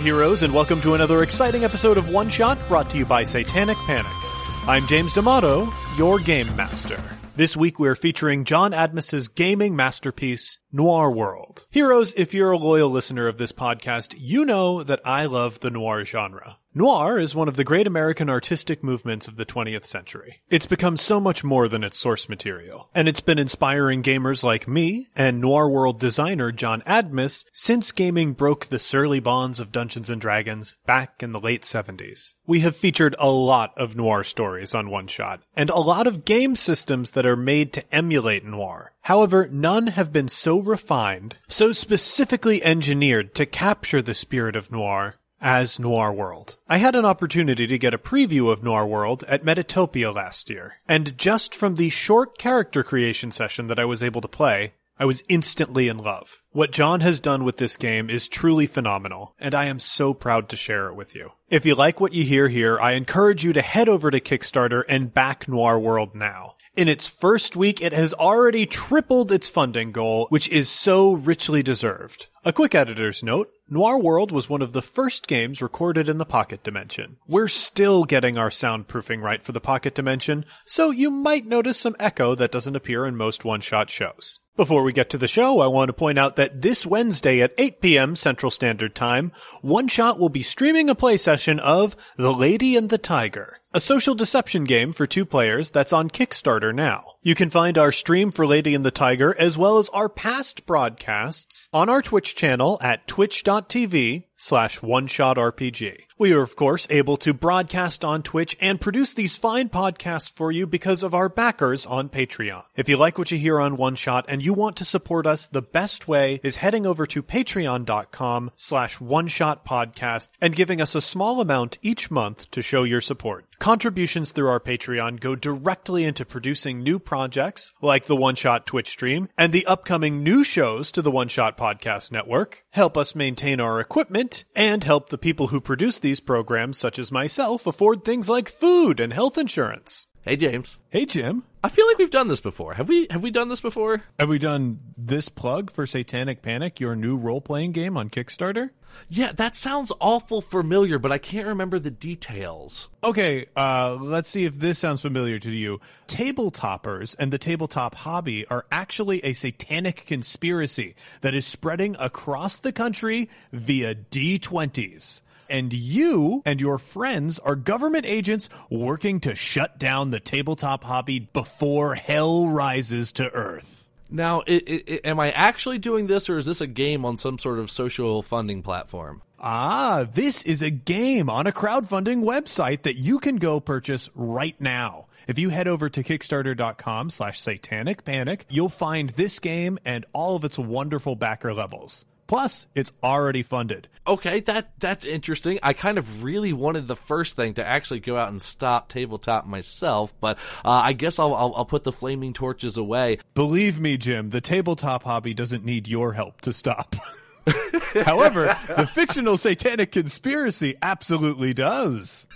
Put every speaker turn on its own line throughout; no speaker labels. heroes, and welcome to another exciting episode of One Shot brought to you by Satanic Panic. I'm James D'Amato, your game master. This week we're featuring John Admis's gaming masterpiece, Noir World. Heroes, if you're a loyal listener of this podcast, you know that I love the noir genre. Noir is one of the great American artistic movements of the 20th century. It's become so much more than its source material, and it's been inspiring gamers like me and Noir World designer John Admis since gaming broke the surly bonds of Dungeons and Dragons back in the late 70s. We have featured a lot of noir stories on One Shot, and a lot of game systems that are made to emulate noir. However, none have been so refined, so specifically engineered to capture the spirit of noir as Noir World. I had an opportunity to get a preview of Noir World at Metatopia last year, and just from the short character creation session that I was able to play, I was instantly in love. What John has done with this game is truly phenomenal, and I am so proud to share it with you. If you like what you hear here, I encourage you to head over to Kickstarter and back Noir World now. In its first week, it has already tripled its funding goal, which is so richly deserved. A quick editor's note Noir World was one of the first games recorded in the Pocket Dimension. We're still getting our soundproofing right for the Pocket Dimension, so you might notice some echo that doesn't appear in most one shot shows. Before we get to the show, I want to point out that this Wednesday at 8 p.m. Central Standard Time, One Shot will be streaming a play session of The Lady and the Tiger, a social deception game for two players that's on Kickstarter now. You can find our stream for Lady and the Tiger as well as our past broadcasts on our Twitch channel at twitch.tv slash one shot RPG. We are, of course, able to broadcast on Twitch and produce these fine podcasts for you because of our backers on Patreon. If you like what you hear on One Shot and you want to support us, the best way is heading over to patreon.com slash one shot podcast and giving us a small amount each month to show your support. Contributions through our Patreon go directly into producing new projects like the One Shot Twitch stream and the upcoming new shows to the One Shot Podcast Network, help us maintain our equipment, and help the people who produce these programs, such as myself, afford things like food and health insurance.
Hey James,
Hey, Jim.
I feel like we've done this before. Have we? Have we done this before?
Have we done this plug for Satanic Panic, your new role playing game on Kickstarter?
Yeah, that sounds awful familiar, but I can't remember the details.
Okay, uh, let's see if this sounds familiar to you. Tabletoppers and the tabletop hobby are actually a satanic conspiracy that is spreading across the country via D20s. And you and your friends are government agents working to shut down the tabletop hobby before hell rises to earth.
Now, i i i am I actually doing this, or is this a game on some sort of social funding platform?
Ah, this is a game on a crowdfunding website that you can go purchase right now. If you head over to kickstarter.com slash satanic panic, you'll find this game and all of its wonderful backer levels. Plus, it's already funded.
Okay, that that's interesting. I kind of really wanted the first thing to actually go out and stop tabletop myself, but uh, I guess I'll, I'll I'll put the flaming torches away.
Believe me, Jim, the tabletop hobby doesn't need your help to stop. However, the fictional satanic conspiracy absolutely does.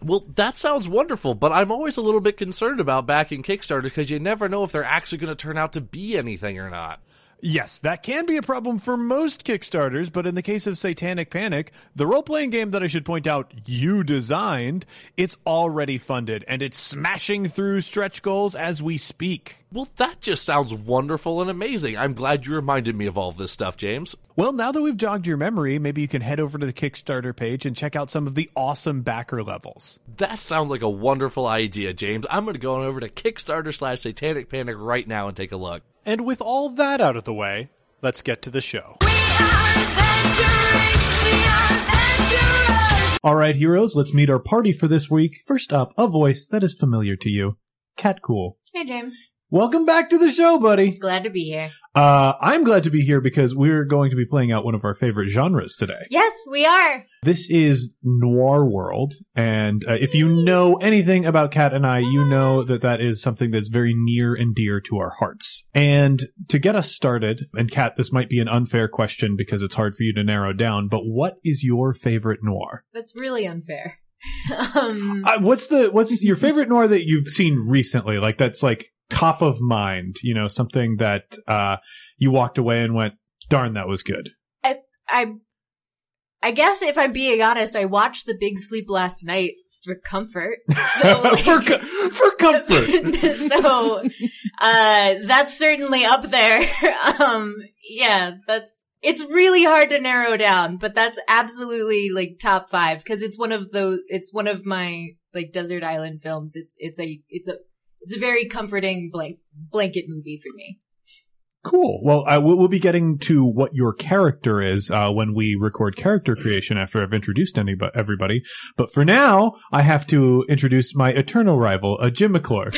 Well, that sounds wonderful, but I'm always a little bit concerned about backing Kickstarter because you never know if they're actually going to turn out to be anything or not.
Yes, that can be a problem for most Kickstarters, but in the case of Satanic Panic, the role playing game that I should point out you designed, it's already funded and it's smashing through stretch goals as we speak.
Well, that just sounds wonderful and amazing. I'm glad you reminded me of all this stuff, James.
Well, now that we've jogged your memory, maybe you can head over to the Kickstarter page and check out some of the awesome backer levels.
That sounds like a wonderful idea, James. I'm going to go on over to Kickstarter slash Satanic Panic right now and take a look.
And with all that out of the way, let's get to the show. All right, heroes, let's meet our party for this week. First up, a voice that is familiar to you Cat Cool.
Hey, James.
Welcome back to the show, buddy.
Glad to be here.
Uh, I'm glad to be here because we're going to be playing out one of our favorite genres today.
Yes, we are.
This is Noir World, and uh, if you know anything about Kat and I, you know that that is something that's very near and dear to our hearts. And to get us started, and Kat, this might be an unfair question because it's hard for you to narrow down, but what is your favorite noir?
That's really unfair. um,
Uh, what's the what's your favorite noir that you've seen recently? Like that's like top of mind, you know, something that uh you walked away and went, "Darn, that was good."
I I guess if I'm being honest, I watched The Big Sleep last night for comfort. So, like,
for, co- for comfort.
so uh, that's certainly up there. um, yeah, that's it's really hard to narrow down, but that's absolutely like top five because it's one of those. It's one of my like desert island films. It's it's a it's a it's a very comforting blank blanket movie for me.
Cool. Well, uh, we'll, we'll be getting to what your character is uh, when we record character creation after I've introduced anybody, everybody. But for now, I have to introduce my eternal rival, a Jim McClure.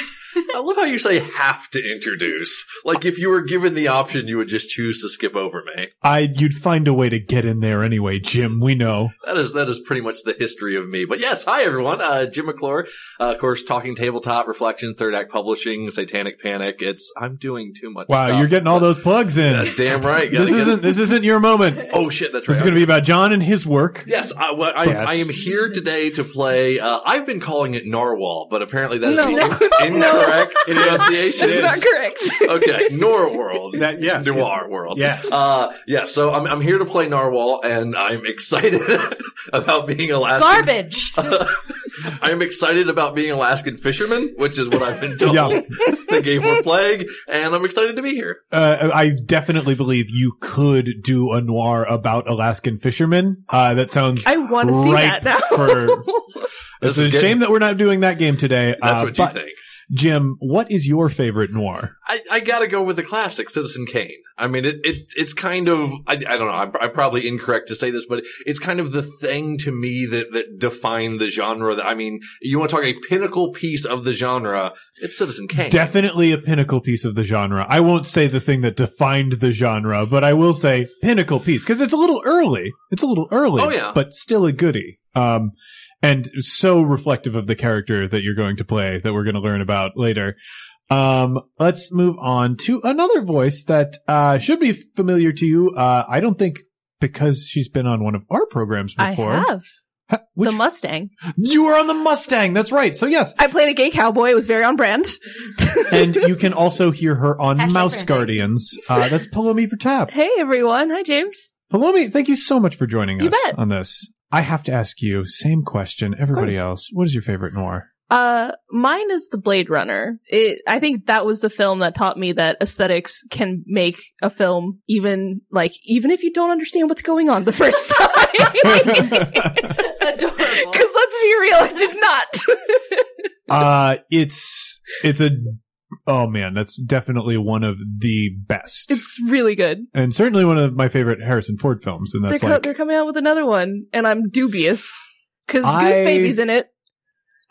I love how you say have to introduce. Like if you were given the option, you would just choose to skip over me.
I, you'd find a way to get in there anyway, Jim. We know.
That is that is pretty much the history of me. But yes, hi everyone. Uh, Jim McClure, uh, of course, talking tabletop reflection, third act publishing, Satanic Panic. It's I'm doing too much.
Wow,
stuff.
you're getting all those plugs in.
That's damn right. Gotta
This
get-
isn't this isn't your moment.
Oh shit, that's right.
This is going to be about John and his work.
Yes, I, well, I,
Yes.
I am here today to play. Uh, I've been calling it narwhal, but apparently that is
No.
the in- incorrect pronunciation.
That's not correct.
okay, noir world.
That- yes.
noir world.
Yes.
uh, yeah. So I'm I'm here to play narwhal, and I'm excited about being Alaskan.
Garbage.
I'm excited about being Alaskan fisherman, which is what I've been told.
Yeah.
the game we're playing, and I'm excited to be here.
Uh, I definitely believe you could do a noir about Alaskan fishermen. Uh, that sounds
I want to see
ripe
that now.
for-
This
it's
is
a
good.
shame that we're not doing that game today.
That's
uh,
what you
but,
think.
Jim, what is your favorite noir?
I, I gotta go with the classic, Citizen Kane. I mean, it, it it's kind of, I, I don't know, I'm, I'm probably incorrect to say this, but it's kind of the thing to me that, that defined the genre. That, I mean, you want to talk a pinnacle piece of the genre, it's Citizen Kane.
Definitely a pinnacle piece of the genre. I won't say the thing that defined the genre, but I will say pinnacle piece because it's a little early. It's a little early.
Oh, yeah.
But still a goodie. Um, and so reflective of the character that you're going to play that we're going to learn about later. Um, let's move on to another voice that, uh, should be familiar to you. Uh, I don't think because she's been on one of our programs
I
before.
have
Ha- which-
the Mustang.
you were on the Mustang. That's right. So yes.
I played a gay cowboy. It was very on brand.
and you can also hear her on
Hashtag
Mouse
brand.
Guardians. Uh, that's Palomi Pratap.
hey everyone, hi James.
Palomi, thank you so much for joining
You
us
bet.
on this. I have to ask you, same question, everybody
course.
else. What is your favorite noir?
Uh, mine is the Blade Runner. It, I think that was the film that taught me that aesthetics can make a film even like even if you don't understand what's going on the first time.
Adorable.
Because let's be real, I did not.
uh, it's, it's a, oh man, that's definitely one of the best.
it's really good.
and certainly one of my favorite Harrison Ford films. And
They're,
that's
co-
like,
they're coming out with another one, and I'm dubious because Goose
I-
Baby's in it.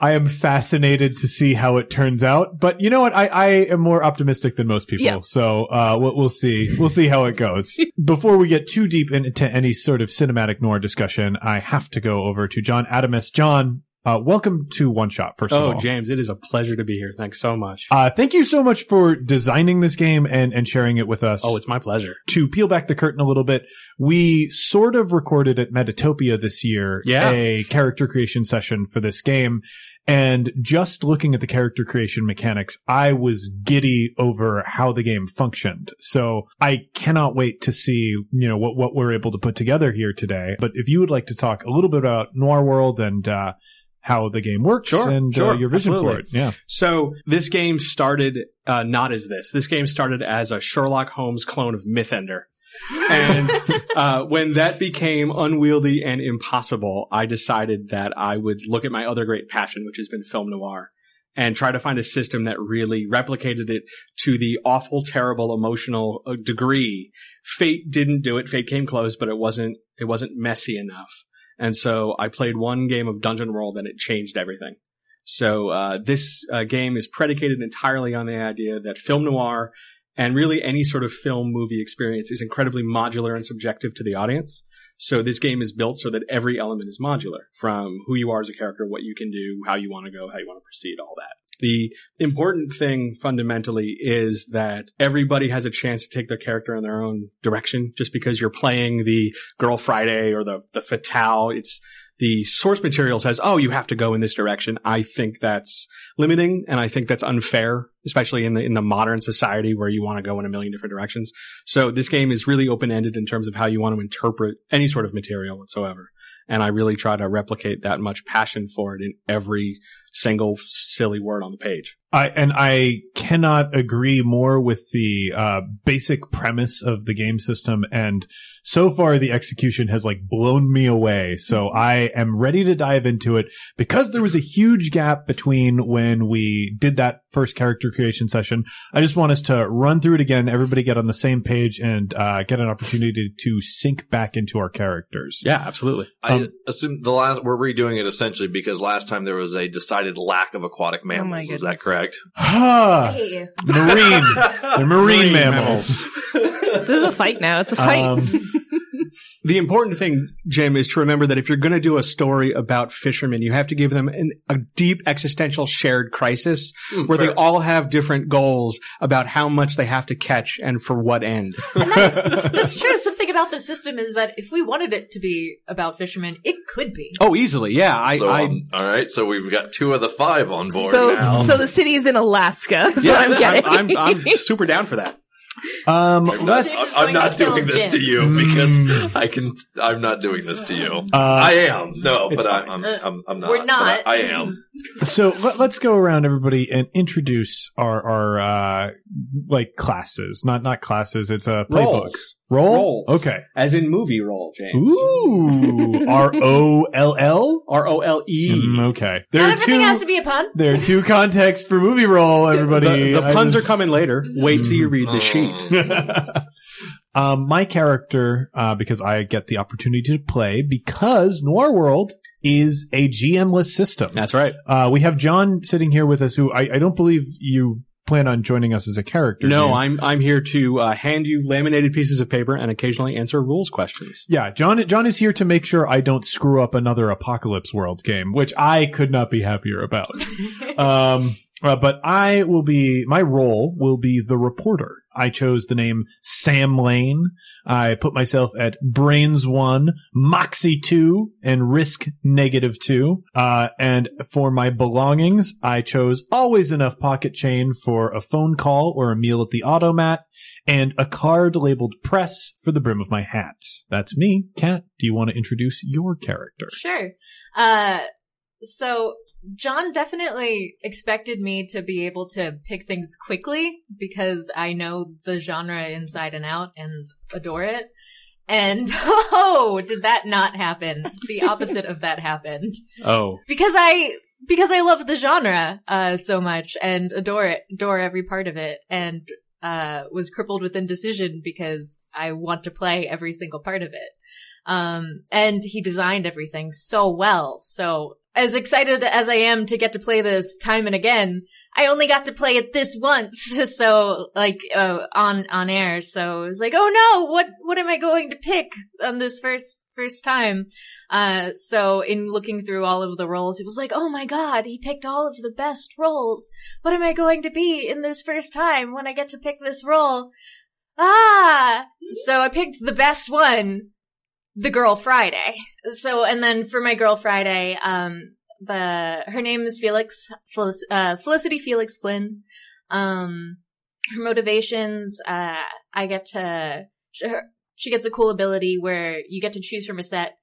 I am fascinated to see how it turns out. But you know what? I, I am more optimistic than most people.
Yeah.
So uh, we'll, we'll see. We'll see how it goes. Before we get too deep into any sort of cinematic noir discussion, I have to go over to John Adamus. John, uh, welcome to One Shot, first of
Oh,
all.
James, it is a pleasure to be here. Thanks so much.
Uh, thank you so much for designing this game and, and sharing it with us
oh, it's my pleasure.
to peel back the curtain a little bit, we sort of recorded at Metatopia this year
Yeah.
a character creation session for this game. And just looking at the character creation mechanics, I was giddy over how the game functioned. So I cannot wait to see, you know, what, what we're able to put together here today. But if you would like to talk a little bit about Noir World and, uh, how the game works
Sure,
and uh,
sure,
your vision for
absolutely.
it. Yeah.
So this game started uh, not as this. This game started as a Sherlock Holmes clone of Mythender. and uh, when that became unwieldy and impossible, I decided that I would look at my other great passion, which has been film noir, and try to find a system that really replicated it to the awful, terrible, emotional uh, degree. Fate didn't do it. Fate came close, but it wasn't. It wasn't messy enough. And so I played one game of Dungeon World, and it changed everything. So uh, this uh, game is predicated entirely on the idea that film noir and really any sort of film movie experience is incredibly modular and subjective to the audience. So this game is built so that every element is modular, from who you are as a character, what you can do, how you want to go, how you want to proceed, all that. The important thing fundamentally is that everybody has a chance to take their character in their own direction. Just because you're playing the Girl Friday or the the Fatale, it's the source material says, "Oh, you have to go in this direction." I think that's limiting, and I think that's unfair, especially in the in the modern society where you want to go in a million different directions. So this game is really open ended in terms of how you want to interpret any sort of material whatsoever. And I really try to replicate that much passion for it in every single silly word on the page.
I and I cannot agree more with the uh, basic premise of the game system, and so far the execution has like blown me away. So I am ready to dive into it because there was a huge gap between when we did that first character creation session. I just want us to run through it again. Everybody get on the same page and uh, get an opportunity to sink back into our characters.
Yeah, absolutely.
I
Um,
assume the last we're redoing it essentially because last time there was a decided lack of aquatic mammals. is that
Oh goodness.
correct?
I
Ha!
hate you.
Ah, Marine, they're marine,
Marine
mammals.
This is a fight now. It's a fight.
Um,
The important thing, Jim, is to remember that if you're going to do a story about fishermen, you have to give them an, a deep existential shared crisis where they all have different goals about how much they have to catch and for what end.
It's true. Something about the system is that if we wanted it to be about fishermen, it could be.
Oh, easily. Yeah. I,
so,
I
um, all right. So we've got two of the five on board
so,
now.
so the city is in Alaska. Is
yeah,
what I'm getting.
I'm, I'm super down for that.
um,
I'm not,
let's.
I'm- I'm not
Let's-
doing this to you
Hmm.
because I can. I'm not doing this to you.
uh,
I am. No,
Uh, It's
but I,
fine.
I'm,
Uh,
I'm. I'm not.
We're not.
but I, I am.
So let, us go around everybody and introduce our our uh, like classes, not not classes. It's a playbook.
Roles.
Roll.
Roles.
Okay.
As in movie role, James.
Ooh. R O L L.
R O L E.
Mm, Okay. There
Not
are
everything has
two.
to be a pun.
There are two contexts for movie roll. Everybody.
The, the
I
puns
just-
are coming later. Mm-hmm. Oh. Wait till you read the
Mm.
sheet.
um, my character, uh, because I get the opportunity to play, because Noir World is a GM-less system.
That's right.
Uh, we have John sitting here with us, who I, I don't believe you plan on joining us as a character.
No,
Ian.
I'm I'm here to uh, hand you laminated pieces of paper and occasionally answer rules questions.
Yeah, John. John is here to make sure I don't screw up another Apocalypse World game, which I could not be happier about. um, uh, but I will be my role will be the reporter. I chose the name Sam Lane. I put myself at Brains One, Moxie Two, and Risk Negative Two. Uh, and for my belongings, I chose always enough pocket chain for a phone call or a meal at the automat and a card labeled press for the brim of my hat. That's me. Kat, do you want to introduce your character?
Sure. Uh, so John definitely expected me to be able to pick things quickly because I know the genre inside and out and adore it. And oh, did that not happen? The opposite of that happened
Oh,
because I because I love the genre uh, so much and adore it, adore every part of it, and uh, was crippled with indecision because I want to play every single part of it. Um, and he designed everything so well. So as excited as I am to get to play this time and again, I only got to play it this once. So like uh, on on air. So it was like, oh no, what what am I going to pick on this first first time? Uh, so in looking through all of the roles, it was like, oh my god, he picked all of the best roles. What am I going to be in this first time when I get to pick this role? Ah! So I picked the best one, the Girl Friday. So, and then for my Girl Friday, um, the, her name is Felix, Felic- uh, Felicity Felix Flynn. Um, her motivations, uh, I get to, she, her, she gets a cool ability where you get to choose from a set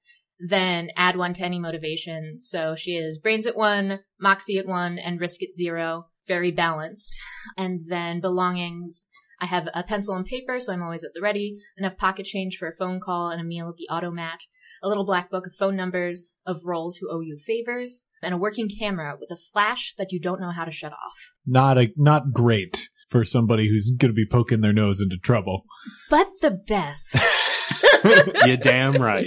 then add one to any motivation. So she is brains at one, moxie at one, and risk at zero. Very balanced. And then belongings. I have a pencil and paper, so I'm always at the ready. Enough pocket change for a phone call and a meal at the automat. A little black book of phone numbers of roles who owe you favors. And a working camera with a flash that you don't know how to shut off.
Not a not great for somebody who's going to be poking their nose into trouble.
But the best.
you damn right.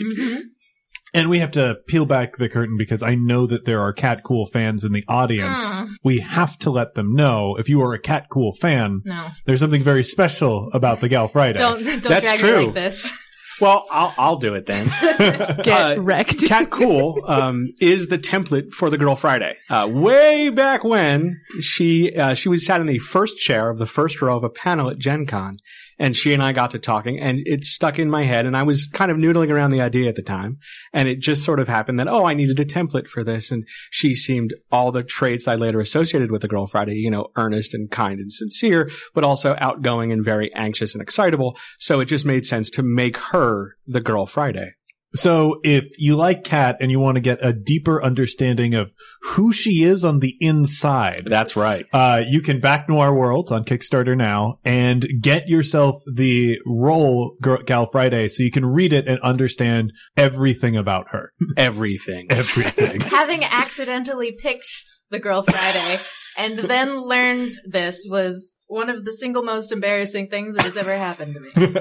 And we have to peel back the curtain because I know that there are Cat Cool fans in the audience.
Mm.
We have to let them know if you are a Cat Cool fan,
No.
there's something very special about the Gal Friday.
Don't, don't
That's
drag
true.
me like this.
Well, I'll I'll do it then.
Get
Uh,
wrecked.
Cat Cool um, is the template for the Girl Friday. Uh, way back when she uh, she was sat in the first chair of the first row of a panel at Gen Con, And she and I got to talking and it stuck in my head. And I was kind of noodling around the idea at the time. And it just sort of happened that, oh, I needed a template for this. And she seemed all the traits I later associated with the Girl Friday, you know, earnest and kind and sincere, but also outgoing and very anxious and excitable. So it just made sense to make her the Girl Friday.
So if you like Kat and you want to get a deeper understanding of who she is on the inside,
That's right.
uh, you can back Noir World on Kickstarter now and get yourself the role Girl- Gal Friday so you can read it and understand everything about her.
Everything.
Everything.
Having accidentally picked the Girl Friday and then learned this was one of the single most embarrassing things that has ever happened to me.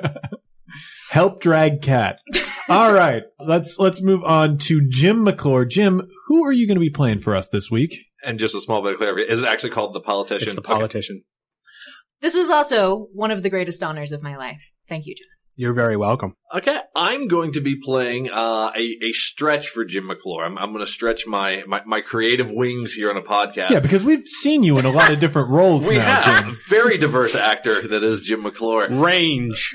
Help drag Cat. All right. Let's, let's move on to Jim McClure. Jim, who are you going to be playing for us this week?
And just a small bit of clarification: is it actually called the politician?
It's the
Okay.
politician.
This was also one of the greatest honors of my life. Thank you, John.
You're very welcome.
Okay, I'm going to be playing uh, a a stretch for Jim McClure. I'm, I'm going to stretch my, my my creative wings here on a podcast.
Yeah, because we've seen you in a lot of different roles
we
now,
have
Jim.
a very diverse actor that is Jim McClure.
Range.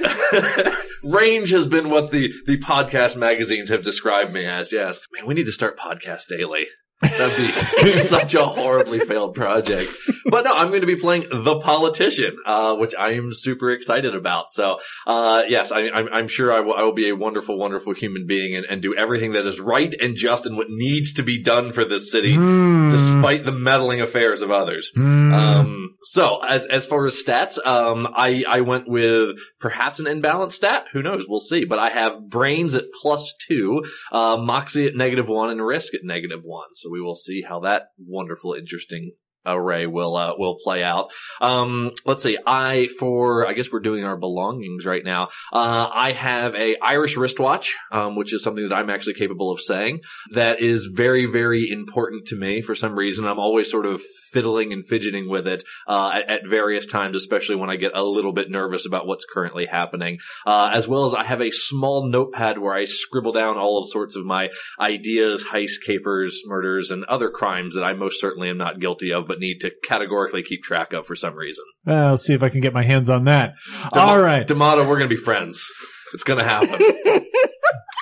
Range has been what the the podcast magazines have described me as. Yes, man, we need to start podcast daily. That'd be such a horribly failed project. But no, I'm going to be playing the politician, uh, which I am super excited about. So, uh, yes, I, I'm, I'm sure I will, I will be a wonderful, wonderful human being and, and do everything that is right and just and what needs to be done for this city,
Mm.
despite the meddling affairs of others.
Mm.
Um, so as, as far as stats, um, I, I went with perhaps an imbalance stat. Who knows? We'll see. But I have brains at plus two, uh, moxie at negative one and risk at negative one. So we will see how that wonderful, interesting array will, uh, will play out. Um, let's see. I, for, I guess we're doing our belongings right now. Uh, I have a Irish wristwatch, um, which is something that I'm actually capable of saying that is very, very important to me for some reason. I'm always sort of fiddling and fidgeting with it uh, at, at various times, especially when I get a little bit nervous about what's currently happening. Uh, as well as I have a small notepad where I scribble down all of sorts of my ideas, heist, capers, murders, and other crimes that I most certainly am not guilty of, but need to categorically keep track of for some reason.
Uh, I'll see if I can get my hands on that.
Demo-
All right.
D'Amato, we're going to be friends. It's going to happen.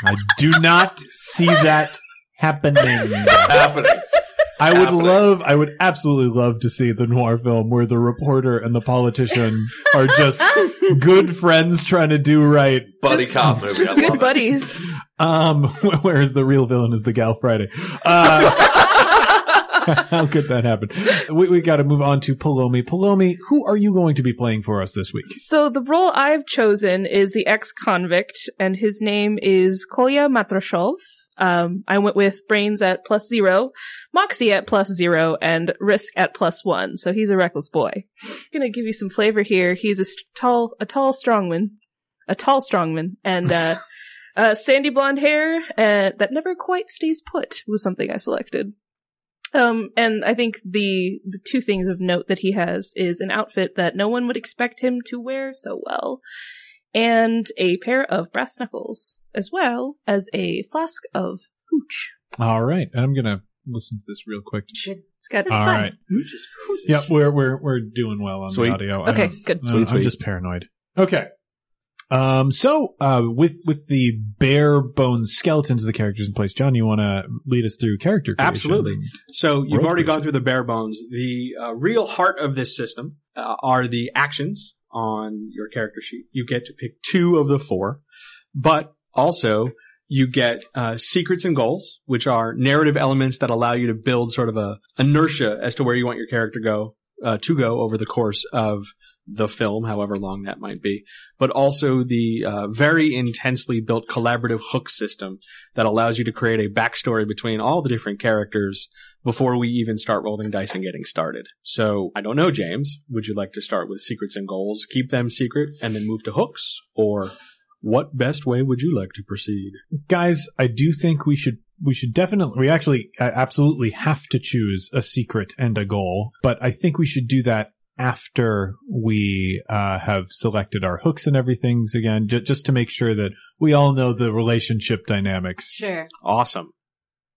I do not see that happening.
happening.
I would
happening.
love, I would absolutely love to see the noir film where the reporter and the politician are just good friends trying to do right.
Buddy cop movie. I love
Just good
it.
buddies.
Um, whereas the real villain is the Gal Friday. Uh, how could that happen? We, we got to move on to Palomi. Palomi, who are you going to be playing for us this week?
So the role I've chosen is the ex-convict, and his name is Kolya Matrashov. Um, I went with brains at plus zero, moxie at plus zero, and risk at plus one. So he's a reckless boy. Gonna give you some flavor here. He's a st- tall, a tall strongman, a tall strongman, and uh, uh, sandy blonde hair uh, that never quite stays put was something I selected. Um, and I think the the two things of note that he has is an outfit that no one would expect him to wear so well, and a pair of brass knuckles, as well as a flask of hooch.
All right. And I'm going to listen to this real quick.
It's got
All
fun.
right. Yeah, we're we're we're doing well on
Sweet.
the audio. I
Okay,
don't-
good.
no,
Sweet,
Uh, I'm
sweet.
just paranoid. Okay. Um. So, uh, with with the bare bones skeletons of the characters in place, John, you want to lead us through character? creation?
Absolutely. So you've
World
already
version.
gone through the bare bones. The uh, real heart of this system uh, are the actions on your character sheet. You get to pick two of the four, but also you get uh, secrets and goals, which are narrative elements that allow you to build sort of a inertia as to where you want your character go uh, to go over the course of the film, however long that might be, but also the uh, very intensely built collaborative hook system that allows you to create a backstory between all the different characters before we even start rolling dice and getting started. So I don't know, James, would you like to start with secrets and goals, keep them secret, and then move to hooks? Or what best way would you like to proceed?
guys, I do think we should we should definitely we actually uh, absolutely have to choose a secret and a goal, but I think we should do that after we uh, have selected our hooks and everything's again, j- just to make sure that we all know the relationship dynamics.
Sure.
Awesome.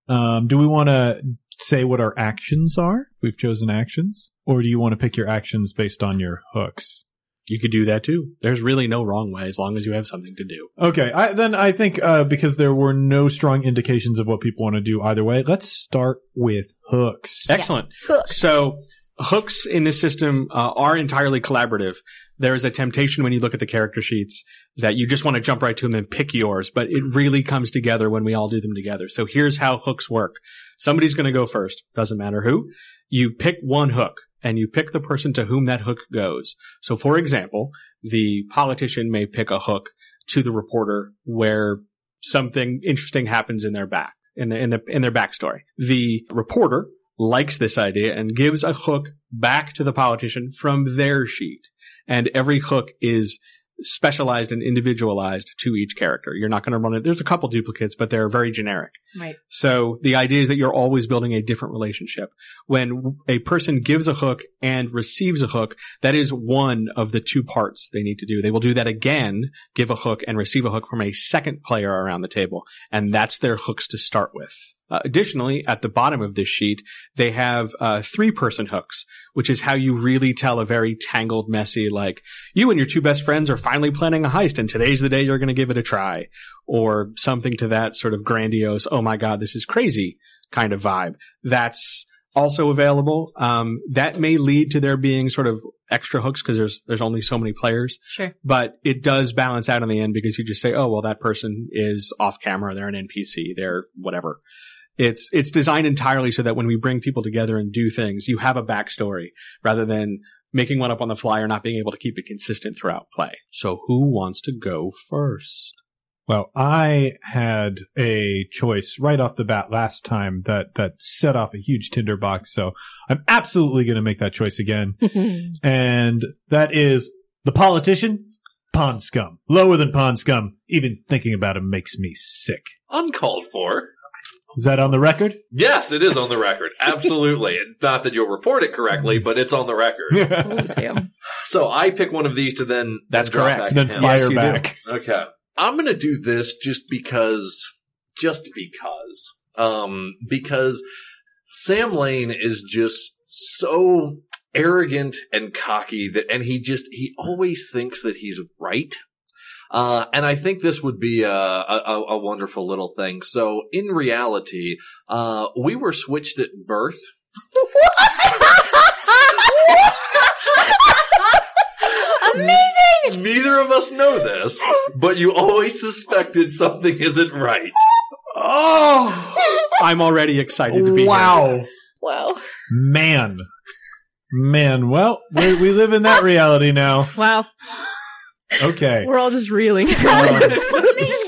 Um, do we want to say what our actions are if we've chosen actions, or do you want to pick your actions based on your hooks?
You could do that too. There's really no wrong way as long as you have something to do.
Okay, I, then I think uh, because there were no strong indications of what people want to do either way, let's start with hooks.
Excellent.
Hooks.
So hooks in this system uh, are entirely collaborative. There is a temptation when you look at the character sheets that you just want to jump right to them and pick yours, but it really comes together when we all do them together. So here's how hooks work. Somebody's going to go first. Doesn't matter who. You pick one hook and you pick the person to whom that hook goes. So for example, the politician may pick a hook to the reporter where something interesting happens in their back, in the, in the, in their backstory. The reporter likes this idea and gives a hook back to the politician from their sheet. And every hook is specialized and individualized to each character. You're not going to run it. There's a couple duplicates, but they're very generic.
Right.
So the idea is that you're always building a different relationship. When a person gives a hook and receives a hook, that is one of the two parts they need to do. They will do that again, give a hook and receive a hook from a second player around the table. And that's their hooks to start with. Uh, additionally, at the bottom of this sheet, they have uh, three person hooks, which is how you really tell a very tangled, messy, like, you and your two best friends are finally planning a heist and today's the day you're going to give it a try or something to that sort of grandiose, oh my God, this is crazy kind of vibe. That's also available. Um, that may lead to there being sort of extra hooks because there's, there's only so many players,
Sure.
but it does balance out in the end because you just say, oh, well, that person is off camera. They're an NPC. They're whatever. It's, it's designed entirely so that when we bring people together and do things, you have a backstory rather than making one up on the fly or not being able to keep it consistent throughout play. So who wants to go first?
Well, I had a choice right off the bat last time that that set off a huge tinderbox, so I'm absolutely going to make that choice again, and that is the politician. Pond scum. Lower than pond scum. Even thinking about him makes me sick.
Uncalled for.
Is that on the record?
Yes, it is on the record. Absolutely. Not that you'll report it correctly, but it's on the record.
oh, damn.
So I pick one of these to then.
That's
drop
correct.
back to
then
him.
fire
Yes, you do.
back.
Okay. I'm going to do this just because, just because, um, because Sam Lane is just so arrogant and cocky that, and he just, he always thinks that he's right. Uh, and I think this would be a, a, a- a wonderful little thing. So in reality, uh, we were switched at birth.
Amazing.
Neither of us know this, but you always suspected something isn't right.
Oh, I'm already excited to be here.
Wow.
Wow.
Man. Man. Well, we, we live in that reality now.
Wow.
Okay.
We're all just reeling. just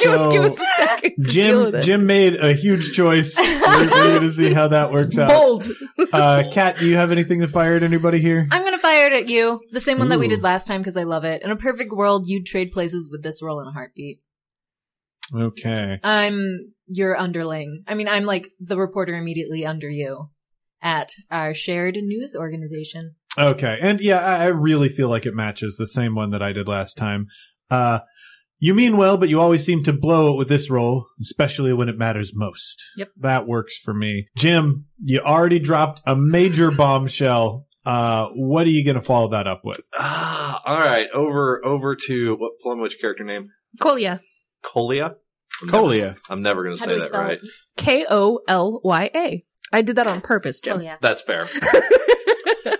give us, give us a second to deal
Jim
with it.
Jim made a huge choice. We're, we're gonna see how that works out.
Bold.
Uh Kat, do you have anything to fire at anybody here?
I'm gonna fire it at you. The same one that we
Ooh.
did last time because I love it. In a perfect world, you'd trade places with this role in a heartbeat.
Okay.
I'm your underling. I mean, I'm like the reporter immediately under you at our shared news organization.
Okay. And yeah, I, I really feel like it matches the same one that I did last time. Uh you mean well, but you always seem to blow it with this role, especially when it matters most.
Yep.
That works for me. Jim, you already dropped a major bombshell. Uh, what are you going to follow that up with?
Ah, all right. Over, over to what? Plum, which character name?
Cool, yeah.
Kolia. I'm never-
Colia.
I'm never going to
How
say
do we
that
spell
right.
it?
K O L Y A. I did that on purpose,
Oh
Jim.
yeah.
That's fair.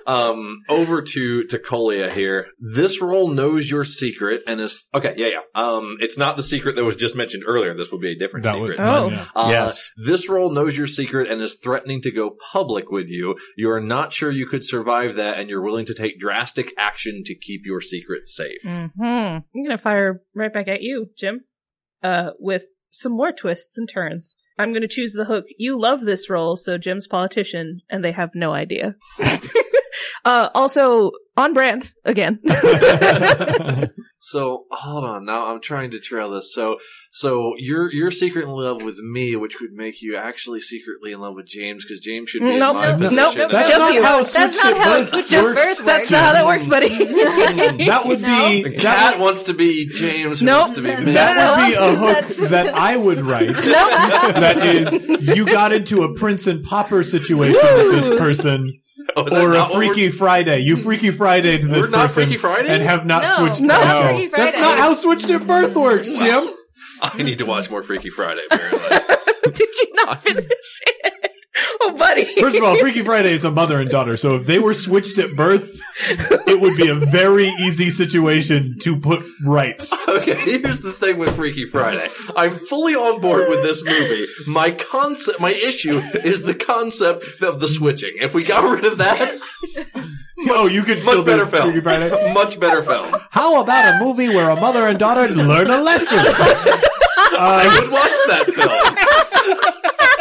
um, over to to Colia here. This role knows your secret and is okay. Yeah, yeah. Um, it's not the secret that was just mentioned earlier. This would be a different
That
secret.
would-
Oh.
yeah.
Uh,
Yes.
This role knows your secret and is threatening to go public with you. You are not sure you could survive that, and you're willing to take drastic action to keep your secret safe.
hmm I'm gonna fire right back at you, Jim. Uh, with some more twists and turns. I'm gonna choose the hook. You love this role, so Jim's politician, and they have no idea. uh, also on brand again.
So hold on, now I'm trying to trail this. So, so you're you're secretly in love with me, which would make you actually secretly in love with James because James should be
Nope,
in my
nope,
position.
nope,
And-
nope,
That's
Just
not
you.
how
That's
switched
not
at
how
birth
switched at
works.
birth
That's not how that works, buddy.
Oh,
That would be
No.
And
that,
Cat wants to be James. who
Nope.
Wants to be me.
that would be a
No.
hook that I would write. that is, you got into a prince and pauper situation with this person,
Oh, is that
or a
not what we're-
Freaky Friday. You Freaky Friday to this
We're not
person
Freaky Friday?
and have not
No,
switched.
No.
not Freaky
that's
Friday.
not how Switched at Birth works, Jim.
I need to watch more Freaky Friday. Apparently.
Did you not finish it? Oh, buddy.
First of all, Freaky Friday is a mother and daughter, so if they were switched at birth, it would be a very easy situation to put right.
okay, here's the thing with Freaky Friday. I'm fully on board with this movie. My concept, my issue is the concept of the switching. If we got rid of that,
Oh, you could still
much better
do
film.
Freaky Friday.
Much better film.
How about a movie where a mother and daughter learn a lesson?
I
Uh,
would watch that film.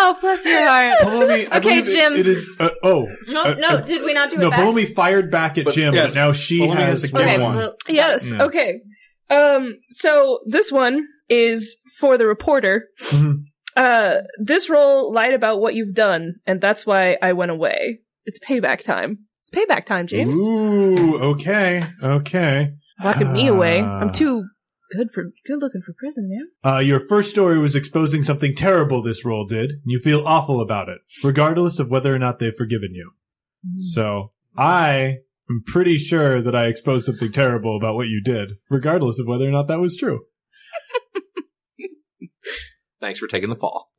Oh, bless your heart.
Palomi, I
Okay,
believe it-
Jim.
It is. Uh, oh.
No,
Uh,
no,
uh,
did we not do
no,
it back?
Palomi fired back at
But-
Jim,
yes,
but now she
Palomi
has
has
to
to
get
okay,
one.
well,
Yes.
Yeah.
Okay. Um. So this one is for the reporter.
Mhm.
Uh, this role lied about what you've done, and that's why I went away. It's payback time. It's payback time, James.
Ooh, okay, okay.
Locking me away. I'm
Ah.
too good for good looking for prison, man.
Uh, your first story was exposing something terrible this role did, and you feel awful about it, regardless of whether or not they've forgiven you. So I am pretty sure that I exposed something terrible about what you did, regardless of whether or not that was true.
Thanks for taking the fall.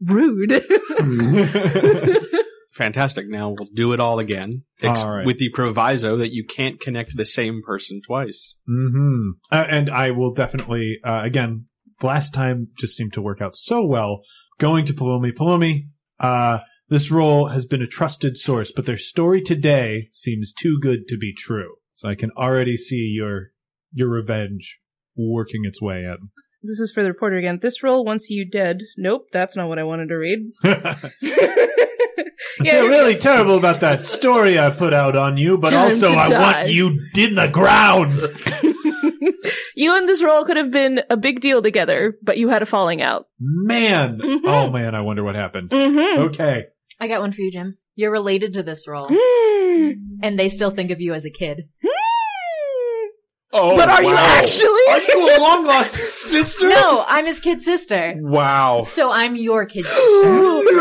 Rude.
Fantastic. Now we'll do it all again, ex-
All right.
with the proviso that you can't connect the same person twice.
hmm Uh, and I will definitely, uh, again, last time just seemed to work out so well. Going to Palomi. Palomi, uh, this role has been a trusted source, but their story today seems too good to be true. So I can already see your, your revenge working its way in.
this is for the reporter again. This role wants you dead. Nope, that's not what I wanted to read.
I
yeah,
feel really terrible about that story I put out on you, but
Time
also
to
I
die.
want you in the ground.
you and this role could have been a big deal together, but you had a falling out.
Man.
Mhm.
Oh man, I wonder what happened.
Mm-hmm.
Okay.
I got one for you, Jim. You're related to this role,
Mm-hmm.
and they still think of you as a kid.
Oh,
Mm! but are you actually?
Are you a long lost sister?
No, I'm his kid sister,
Oh.
Wow.
so I'm your kid.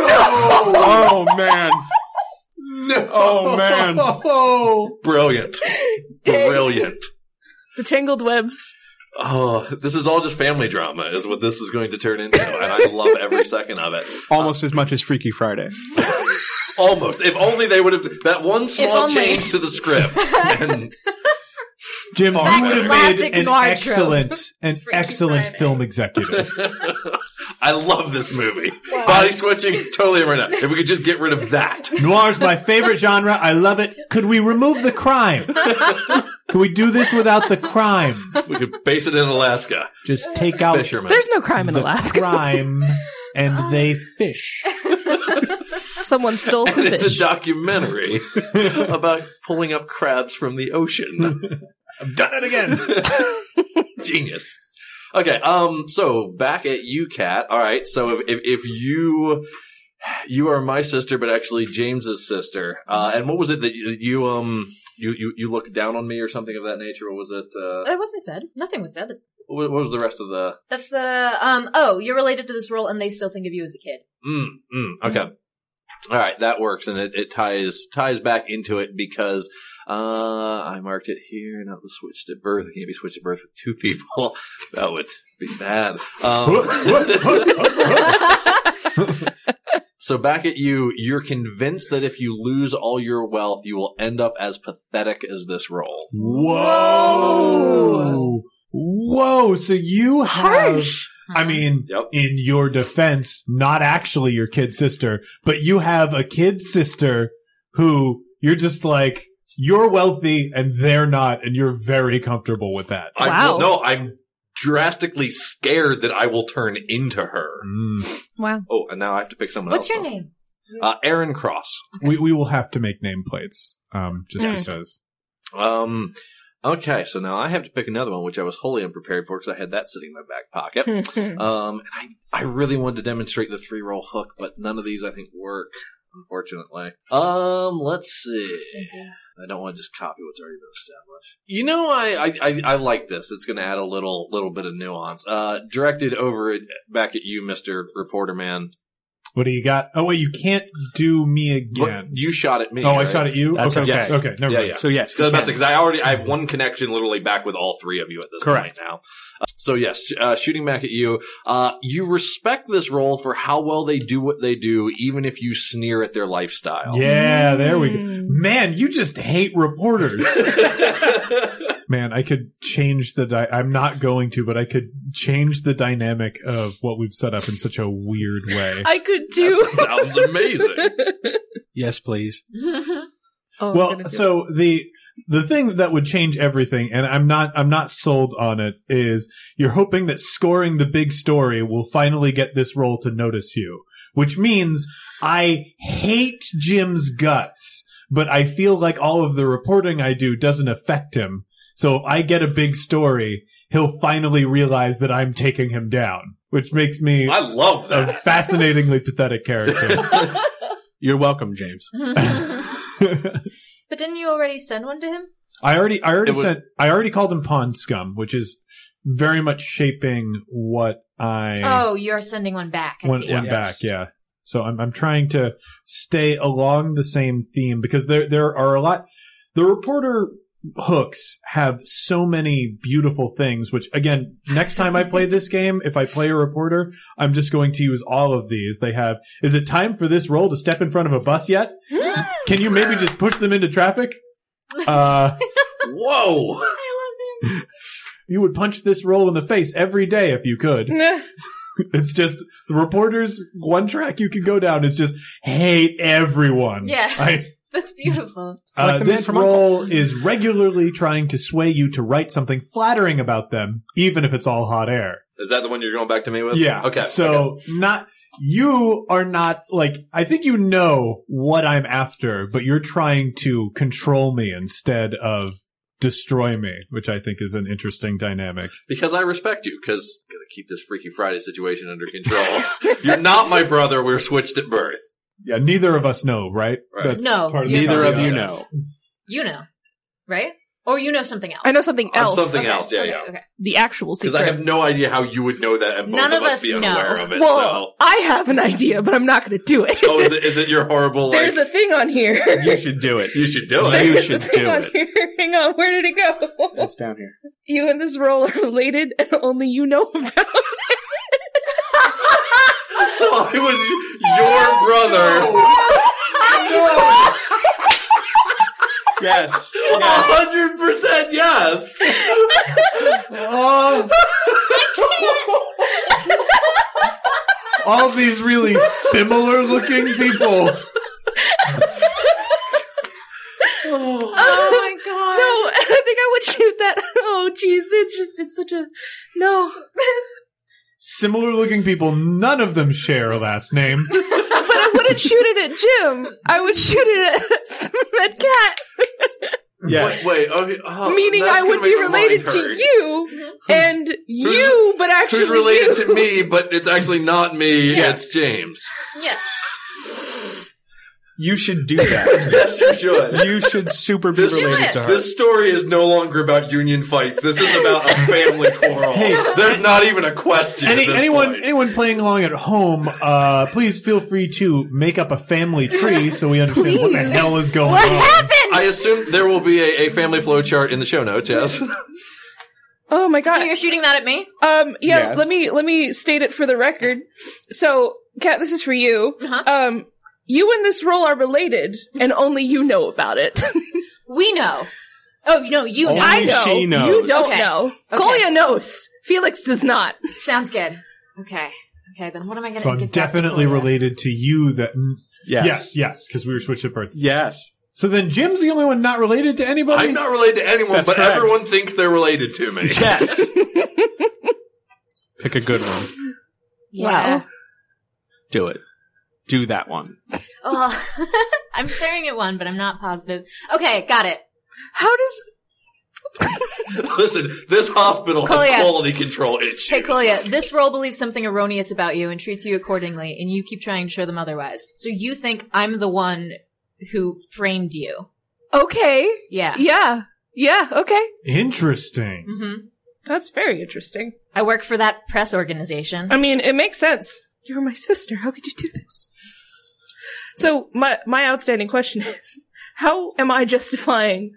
oh man.
No.
Oh, man.
Oh.
Brilliant.
Dang.
Brilliant.
the tangled webs.
Oh, this is all just family drama, is what this is going to turn into, and I love every second of it.
Almost as much as Freaky Friday.
Almost. If only they would have that one small
only.
change to the script. And
Jim,
Far
you would
better.
have
Classic
made an
noir trope.
excellent, an
Freaky
excellent
Friday.
film executive.
I love this movie. Body switching, totally right now. If we could just get rid of that.
Noir's my favorite genre. I love it. Could we remove the crime? Could we do this without the crime?
We could base it in Alaska.
Just take out
Fisherman.
There's no crime in Alaska.
crime, and they fish.
Someone stole some
and it's a
fish.
documentary about pulling up crabs from the ocean.
I've done it again.
Genius. Okay, um, so back at you, Kat. All right, so if, if, if you you are my sister, but actually James's sister, uh, and what was it that you, you um you, you you looked down on me or something of that nature? What was it? Uh,
It wasn't said. Nothing was said.
what what was the rest of the?
That's the um. Oh, you're related to this role, and they still think of you as a kid.
Mm, mm, okay. All right, that works, and it, it ties ties back into it because uh, I marked it here, not the switch to birth. It can't be switched to birth with two people. That would be bad. Um, so back at you, you're convinced that if you lose all your wealth, you will end up as pathetic as this role.
Whoa. Whoa. So you have. I mean,
Yep.
in your defense, not actually your kid sister, but you have a kid sister who you're just like, you're wealthy and they're not, and you're very comfortable with that.
I'm,
Wow.
No, I'm drastically scared that I will turn into her.
Mm.
wow.
Oh, and now I have to pick someone
what's
else.
your
though.
name?
Uh, Aaron Cross.
We, we will have to make nameplates, um, just
Mm.
because.
Um, okay, so now I have to pick another one, which I was wholly unprepared for because I had that sitting in my back pocket. um, and I, I really wanted to demonstrate the three roll hook, but none of these I think work, unfortunately. Um, let's see. I don't want to just copy what's already been established. You know, I, I, I, I like this. It's going to add a little little bit of nuance. Uh, directed over at, back at you, Mister Reporter Man.
What do you got? Oh wait, you can't do me
But
again.
you shot at me.
oh, I shot at you.
That's
okay,
okay.
okay, okay, never
Yeah,
mind.
yeah.
So yes,
Because I already I have one connection literally back with all three of you at this
Correct.
point now. Uh, So yes, uh, shooting back at you, uh, you respect this role for how well they do what they do, even if you sneer at their lifestyle.
Yeah, there we go.
Mm.
Man, you just hate reporters. Man, I could change the. Di- I'm not going to, but I could change the dynamic of what we've set up in such a weird way.
I could do.
Sounds amazing.
yes, please.
Oh, I'm gonna
well,
do
so the the thing that would change everything, and I'm not I'm not sold on it. Is you're hoping that scoring the big story will finally get this role to notice you, which means I hate Jim's guts, but I feel like all of the reporting I do doesn't affect him. So if I get a big story, he'll finally realize that I'm taking him down, which makes me
I love
a
that.
fascinatingly pathetic character.
You're welcome, James.
but didn't you already send one to him?
I already, I already
It was-
sent, I already called him pond scum, which is very much shaping what I
Oh, you're sending one back. I
went,
see.
went
Yes.
back. Yeah. So I'm, I'm trying to stay along the same theme because there, there are a lot, the reporter hooks have so many beautiful things, which again, next time I play this game, if I play a reporter, I'm just going to use all of these. They have, is it time for this role to step in front of a bus yet? Can you maybe just push them into traffic? Uh,
Whoa.
You would punch this roll in the face every day if you could.
it.
It's just the reporters. One track you can go down is just hate everyone.
Yeah.
I,
That's beautiful.
uh,
like the man
this
from Uncle.
role is regularly trying to sway you to write something flattering about them, even if it's all hot air.
Is that the one you're going back to me with?
Yeah.
Okay. okay.
So not you are not like I think you know what I'm after, but you're trying to control me instead of destroy me, which I think is an interesting dynamic.
because I respect you, because gotta keep this Freaky Friday situation under control. you're not my brother. We're switched at birth.
Yeah, neither of us know, right?
Right.
No,
part
you're
Neither
Yeah.
of you
Yeah.
know.
You know, right? Or you know something else.
I know something
I'm
else.
something
Okay,
else, yeah,
okay,
yeah.
Okay.
The actual
Because
secret.
I have no idea how you would know that, and both
None
of
of
us
us
be
know.
unaware of it.
well, I have an idea, but I'm not going to do it.
so, oh, is it, is it your horrible? Like,
There's a thing on here.
You should do it.
you should do it.
There-
There's
should
a thing
do
on
it.
here. Hang on, where did it go?
It's down here.
you and this role are related, and only you know about it.
So I was your brother.
Yes.
A hundred percent yes.
Oh. All these really similar looking people.
Oh my god.
No, I think I would shoot that. Oh, jeez, it's just, it's such a, no.
Similar looking people, none of them share a last name.
But I wouldn't shoot it at Jim. I would shoot it at, at Cat,
Yes.
Wait. wait okay, oh,
meaning
that's
I
gonna
would
make
be
my
related
mind
to
hurt.
you and you, but actually
Who's related
you.
to me, but it's actually not me.
Yeah.
It's James.
Yeah.
You should do that.
Yes, you should.
you should super be
This-
related to her.
This story is no longer about union fights. This is about a family quarrel.
Hey.
There's not even a question. at
Any,
this
anyone,
point.
anyone playing along at home, uh, please feel free to make up a family tree so we understand what the
Please.
hell is going
What
on.
happened?
I assume there will be a, a family flow chart in the show notes. Yes.
Oh my
So
god.
you're shooting that at me?
Um, yeah,
Yes.
let me let me state it for the record. So, Kat, this is for you.
Uh-huh.
Um, you and this role are related, and only you know about it.
We know. Oh no, you know.
Only
I know.
she knows.
You don't
Okay.
know.
Okay.
Kolya knows. Felix does not.
Sounds good. Okay. Okay, then what am I gonna
So I'm
give back to
definitely
Kolya?
related to you that.
Yes.
Yes, yes, because we were switched at birth.
Yes.
So then Jim's the only one not related to anybody?
I'm not related to anyone,
That's
but
correct.
everyone thinks they're related to me.
Yes. Pick a good one.
Yeah.
Wow.
Do it. Do that one.
Oh, I'm staring at one, but I'm not positive. Okay, got it.
How does
Listen, this hospital
Kolya.
has quality control issues.
Hey, Colia, this role believes something erroneous about you and treats you accordingly, and you keep trying to show them otherwise. So you think I'm the one who framed you.
okay?
Yeah.
Yeah. Yeah, okay.
Interesting.
hmm
That's very interesting.
I work for that press organization.
I mean, it makes sense. You're my sister. How could you do this? So my my outstanding question is, how am I justifying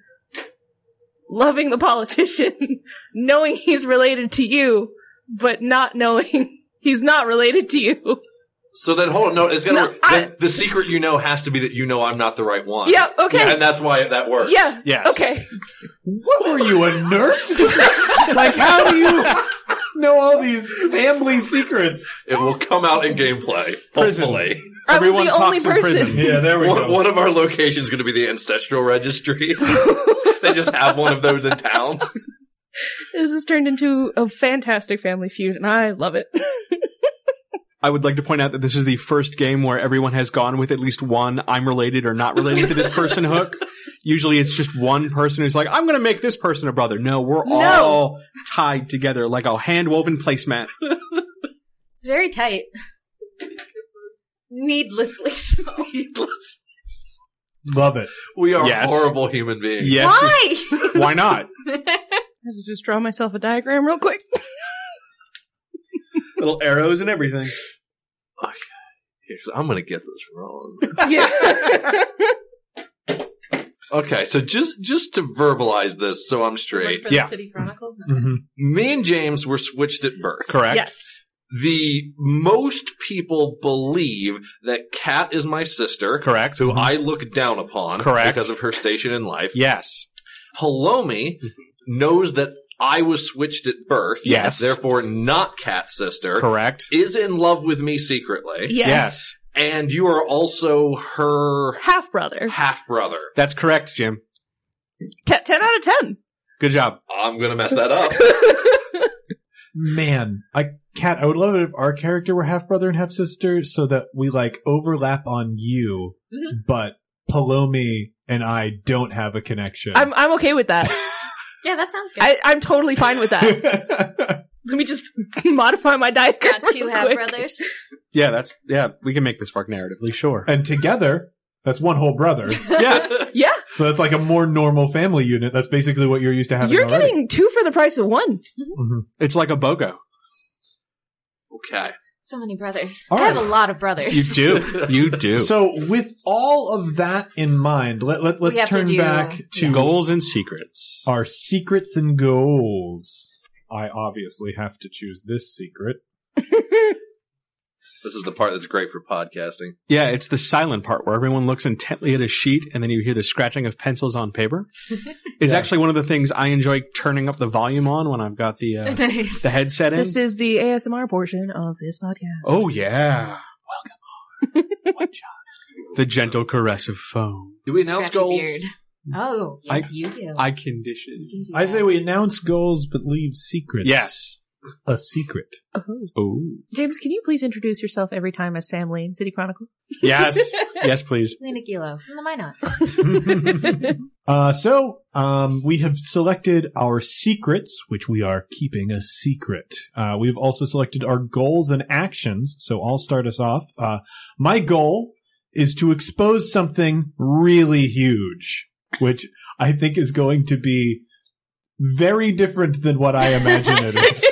loving the politician, knowing he's related to you, but not knowing he's not related to you?
So then, hold on. No, it's gonna.
No,
work.
I-
Then the secret you know has to be that you know I'm not the right one.
Yeah, okay.
And that's why that works.
Yeah.
Yes.
Okay.
What were you, a nurse? like, how do you know all these family secrets?
It will come out in gameplay.
Prison.
Hopefully,
I was
Everyone
the
talks
only
in
person.
prison.
Yeah, there we
one,
go.
one of our locations is going to be the ancestral registry. they just have one of those in town.
This has turned into a fantastic family feud, and I love it.
I would like to point out that this is the first game where everyone has gone with at least one I'm related or not related to this person hook. Usually it's just one person who's like, I'm going to make this person a brother. No, we're
No.
all tied together like a hand woven placemat.
It's very tight. Needlessly so.
Love it.
We are
Yes.
horrible human beings.
Yes.
Why?
Why not?
I have to just draw myself a diagram real quick.
Little arrows and everything.
Here's- I'm going to get this wrong.
yeah.
Okay, so just just to verbalize this, so I'm straight.
For the
Yeah.
City Chronicle?
Mm-hmm.
Me and James were switched at birth.
Correct.
yes.
The most people believe that Kat is my sister,
Correct.
who I look down upon,
Correct.
because of her station in life.
Yes.
Palomi knows that I was switched at birth.
Yes.
therefore not Kat's sister.
Correct.
Is in love with me secretly,
Yes.
and you are also her
Half brother.
half brother.
That's correct, Jim.
Te- ten out of ten.
Good job.
I'm gonna mess that up.
Man, I Kat, I would love it if our character were half brother and half sister, so that we like overlap on you,
Mm-hmm.
Mhm.
but Palomi and I don't have a connection.
I'm I'm okay with that.
Yeah, that sounds good.
I, I'm totally fine with that. uh, Let me just modify my diagram.
Got
real
two half
quick.
brothers.
Yeah, that's, yeah, we can make this work narratively, sure.
and together, that's one whole brother.
yeah.
Yeah,
So that's like a more normal family unit. That's basically what you're used to having.
you're
already.
getting two for the price of one.
Mhm.
It's like a BOGO.
okay.
So many brothers.
All
I have a
right.
lot of brothers.
You do. You do.
So with all of that in mind, let, let,
We
let's
have to
turn
do-
back to
goals and secrets.
our secrets and goals. I obviously have to choose this secret.
This is the part that's great for podcasting.
Yeah, it's the silent part where everyone looks intently at a sheet and then you hear the scratching of pencils on paper. It's
Yeah.
actually one of the things I enjoy turning up the volume on when I've got the uh,
Nice.
the headset in.
This is the ASMR portion of this podcast.
oh yeah. Welcome on. One shot. The gentle caress of foam.
Do we announce
Scratchy
goals?
beard. Oh,
I-
yes, you do.
I condition.
You can do
I
that.
say we announce goals but leave secrets.
Yes.
A secret.
Oh.
James, can you please introduce yourself every time as Sam Lane, City Chronicle?
Yes. yes, please.
Lena Gilo from the Why Not.
Uh, so, um, we have selected our secrets, which we are keeping a secret. Uh, we've also selected our goals and actions. So I'll start us off. Uh, my goal is to expose something really huge, which I think is going to be very different than what I imagine it is.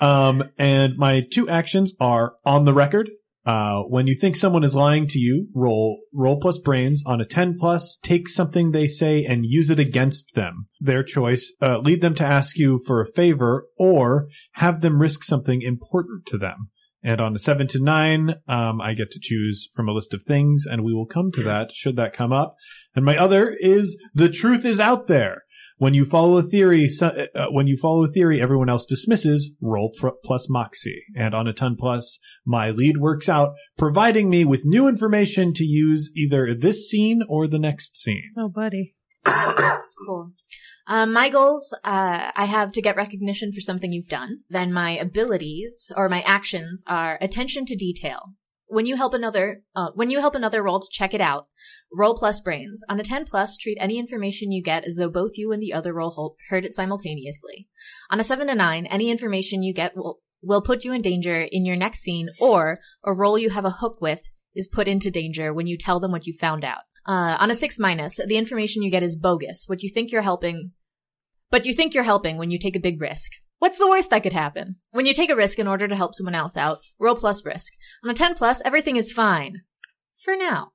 Um, and my two actions are on the record. Uh, when you think someone is lying to you, roll roll plus brains on a ten plus. Take something they say and use it against them. Their choice. Uh, lead them to ask you for a favor, or have them risk something important to them. And on a seven to nine, um, I get to choose from a list of things, and we will come to that should that come up. And my other is the truth is out there. When you follow a theory, so, uh, when you follow a theory, everyone else dismisses. Roll pr- plus moxie, and on a ton plus, my lead works out, providing me with new information to use either this scene or the next scene.
Oh, buddy.
Cool. Um, my goals, uh, I have to get recognition for something you've done. Then my abilities or my actions are attention to detail. When you help another, uh, when you help another roll to check it out, roll plus brains. On a 10 plus, treat any information you get as though both you and the other roll hol- heard it simultaneously. On a 7 to 9, any information you get will, will put you in danger in your next scene or a role you have a hook with is put into danger when you tell them what you found out. Uh, on a six minus, the information you get is bogus. What you think you're helping, but you think you're helping when you take a big risk. What's the worst that could happen? When you take a risk in order to help someone else out, roll plus risk. On a 10 plus, everything is fine. For now.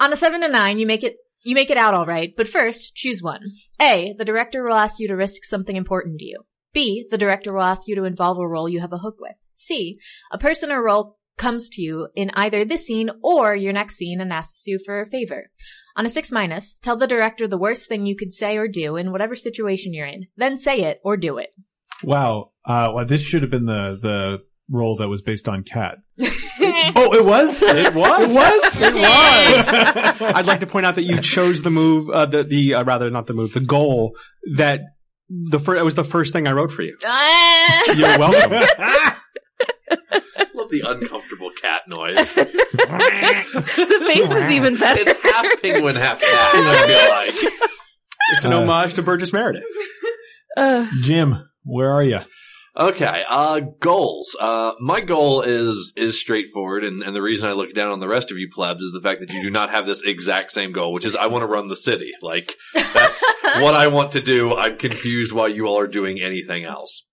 On a 7 to 9, you make it you make it out all right, but first, choose one. A, the director will ask you to risk something important to you. B, the director will ask you to involve a role you have a hook with. C, a person or role comes to you in either this scene or your next scene and asks you for a favor. On a 6 minus, tell the director the worst thing you could say or do in whatever situation you're in. Then say it or do it.
Wow. Uh, well, this should have been the the role that was based on Cat. oh, it was. It was. It was.
It was. I'd like to point out that you chose the move, uh, the the uh, rather not the move, the goal that the first that was the first thing I wrote for you.
Ah!
You're welcome.
Love the uncomfortable cat noise.
the face is even better.
It's half penguin, half cat. I feel like.
It's an
Uh,
homage to Burgess Meredith.
Uh,
Jim, where are you?
Okay, uh, goals. Uh, my goal is, is straightforward, and, and the reason I look down on the rest of you plebs is the fact that you do not have this exact same goal, which is I want to run the city. Like, that's what I want to do. I'm confused why you all are doing anything else.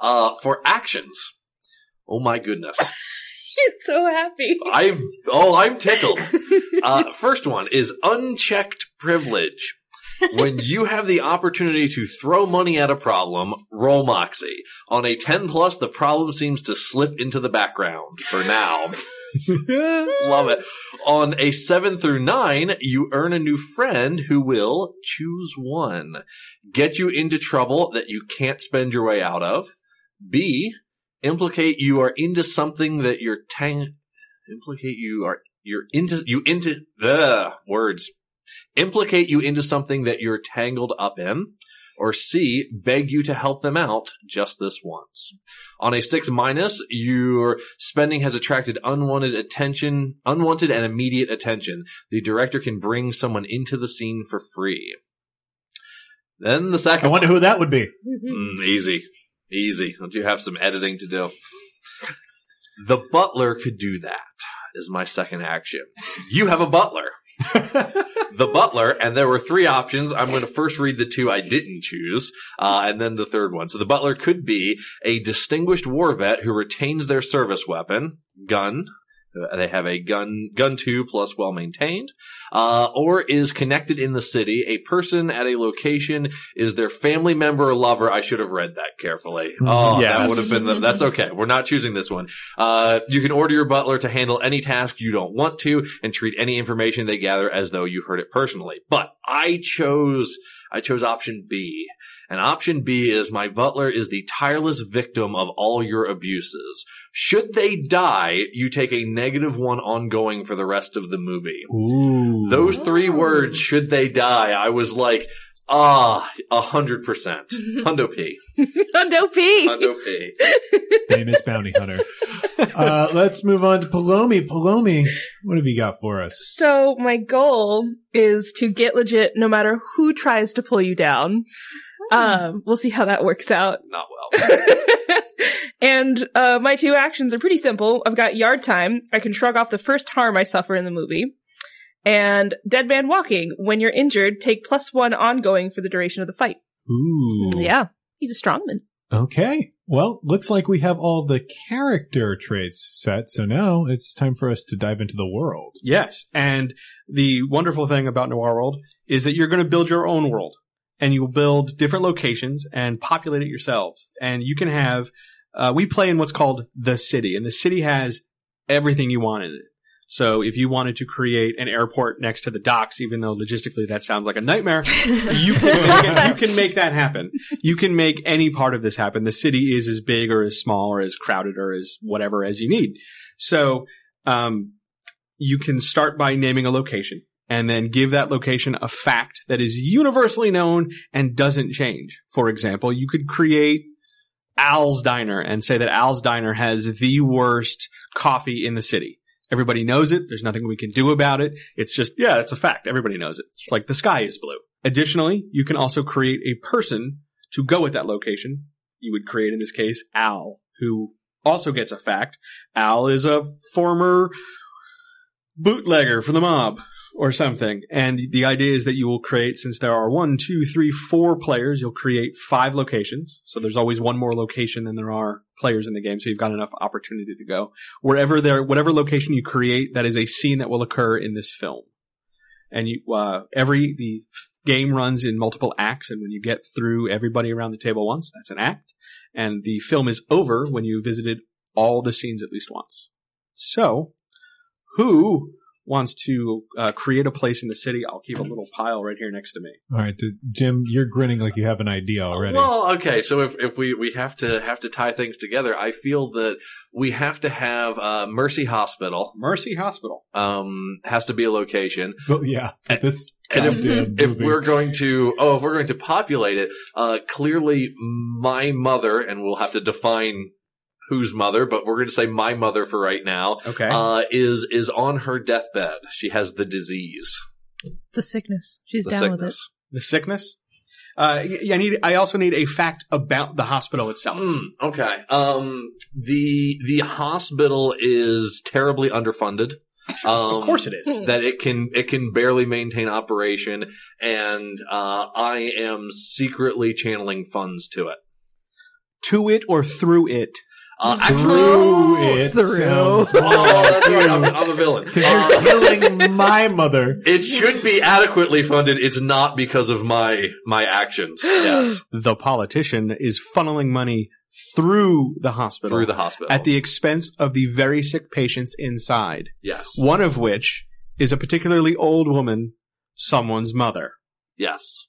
Uh, for actions. Oh my goodness.
he's so happy.
I'm, oh, I'm tickled. Uh, first one is unchecked privilege. when you have the opportunity to throw money at a problem, roll Moxie. On a 10 plus, the problem seems to slip into the background for now. Love it. On a 7 through 9, you earn a new friend who will choose one. Get you into trouble that you can't spend your way out of. B, implicate you are into something that you're tang- implicate you are you're into you into the words implicate you into something that you're tangled up in or C, beg you to help them out just this once. On a six minus, your spending has attracted unwanted attention, unwanted and immediate attention. The director can bring someone into the scene for free. Then the
I
second
wonder who that would be.
Mm, easy. Easy. Don't you have some editing to do? The butler could do that, is my second action. You have a butler. the butler, and there were three options. I'm going to first read the two I didn't choose, uh, and then the third one. So the butler could be a distinguished war vet who retains their service weapon, gun. Uh, They have a gun, gun two plus well maintained, uh, or is connected in the city. A person at a location is their family member or lover. I should have read that carefully. Oh, that
Yes.
would have been the, that's okay. We're not choosing this one. Uh, you can order your butler to handle any task you don't want to and treat any information they gather as though you heard it personally. But I chose, I chose option B. And option B is my butler is the tireless victim of all your abuses. Should they die, you take a negative one ongoing for the rest of the movie.
Ooh.
Those three words, should they die, I was like, ah, a hundred percent. Hundo P.
no pee.
Hundo P.
famous bounty hunter. Uh, let's move on to Palomi. Palomi, what have you got for us?
So my goal is to get legit no matter who tries to pull you down. Um, we'll see how that works out.
Not well.
and uh, my two actions are pretty simple. I've got yard time. I can shrug off the first harm I suffer in the movie. And dead man walking. When you're injured, take plus one ongoing for the duration of the fight.
Ooh.
Yeah, he's a strongman.
Okay. Well, looks like we have all the character traits set. So now it's time for us to dive into the world.
Yes. And the wonderful thing about Noir World is that you're going to build your own world and you'll build different locations and populate it yourselves. And you can have, uh, we play in what's called the city and the city has everything you want in it. So if you wanted to create an airport next to the docks, even though logistically that sounds like a nightmare, you can make, you can make that happen. You can make any part of this happen. The city is as big or as small or as crowded or as whatever as you need. So, um, you can start by naming a location and then give that location a fact that is universally known and doesn't change. For example, you could create Al's Diner and say that Al's Diner has the worst coffee in the city. Everybody knows it. There's nothing we can do about it. It's just, yeah, it's a fact. Everybody knows it. It's like the sky is blue. Additionally, you can also create a person to go with that location. You would create, in this case, Al, who also gets a fact. Al is a former bootlegger for the mob or something. And the idea is that you will create, since there are one, two, three, four players, you'll create five locations. So there's always one more location than there are players in the game. So you've got enough opportunity to go wherever there, whatever location you create. That is a scene that will occur in this film. And you, uh, every the f- game runs in multiple acts, and when you get through everybody around the table once, that's an act. And the film is over when you visited all the scenes at least once. So, who wants to uh, create a place in the city, I'll keep a little pile right here next to me.
All right, d- Jim, you're grinning like you have an idea already.
Well, okay. So if, if we, we have to have to tie things together, I feel that we have to have uh, Mercy Hospital
Mercy Hospital.
um, has to be a location.
But yeah, for this
And if-
goddamn
If
movie.
we're going to oh, if we're going to populate it, uh, clearly my mother, and we'll have to define whose mother, but we're going to say my mother for right now.
Okay.
Uh, is is on her deathbed. She has the disease,
The sickness. She's
the
down with it.
sickness.
the sickness. Uh, y- I need. I also need a fact about the hospital itself.
Mm, okay. Um, the the hospital is terribly underfunded. Um,
Of course, it is.
that it can it can barely maintain operation, and uh, I am secretly channeling funds to it.
to it or through it.
Uh,
through it
Through.
sounds
Oh,
wrong.
that's right. I'm, I'm a villain.
You're
Uh,
killing my mother.
it should be adequately funded. It's not because of my my actions. Yes,
The politician is funneling money through the hospital
through the hospital.
at the expense of the very sick patients inside.
yes,
One of which is a particularly old woman, someone's mother.
yes.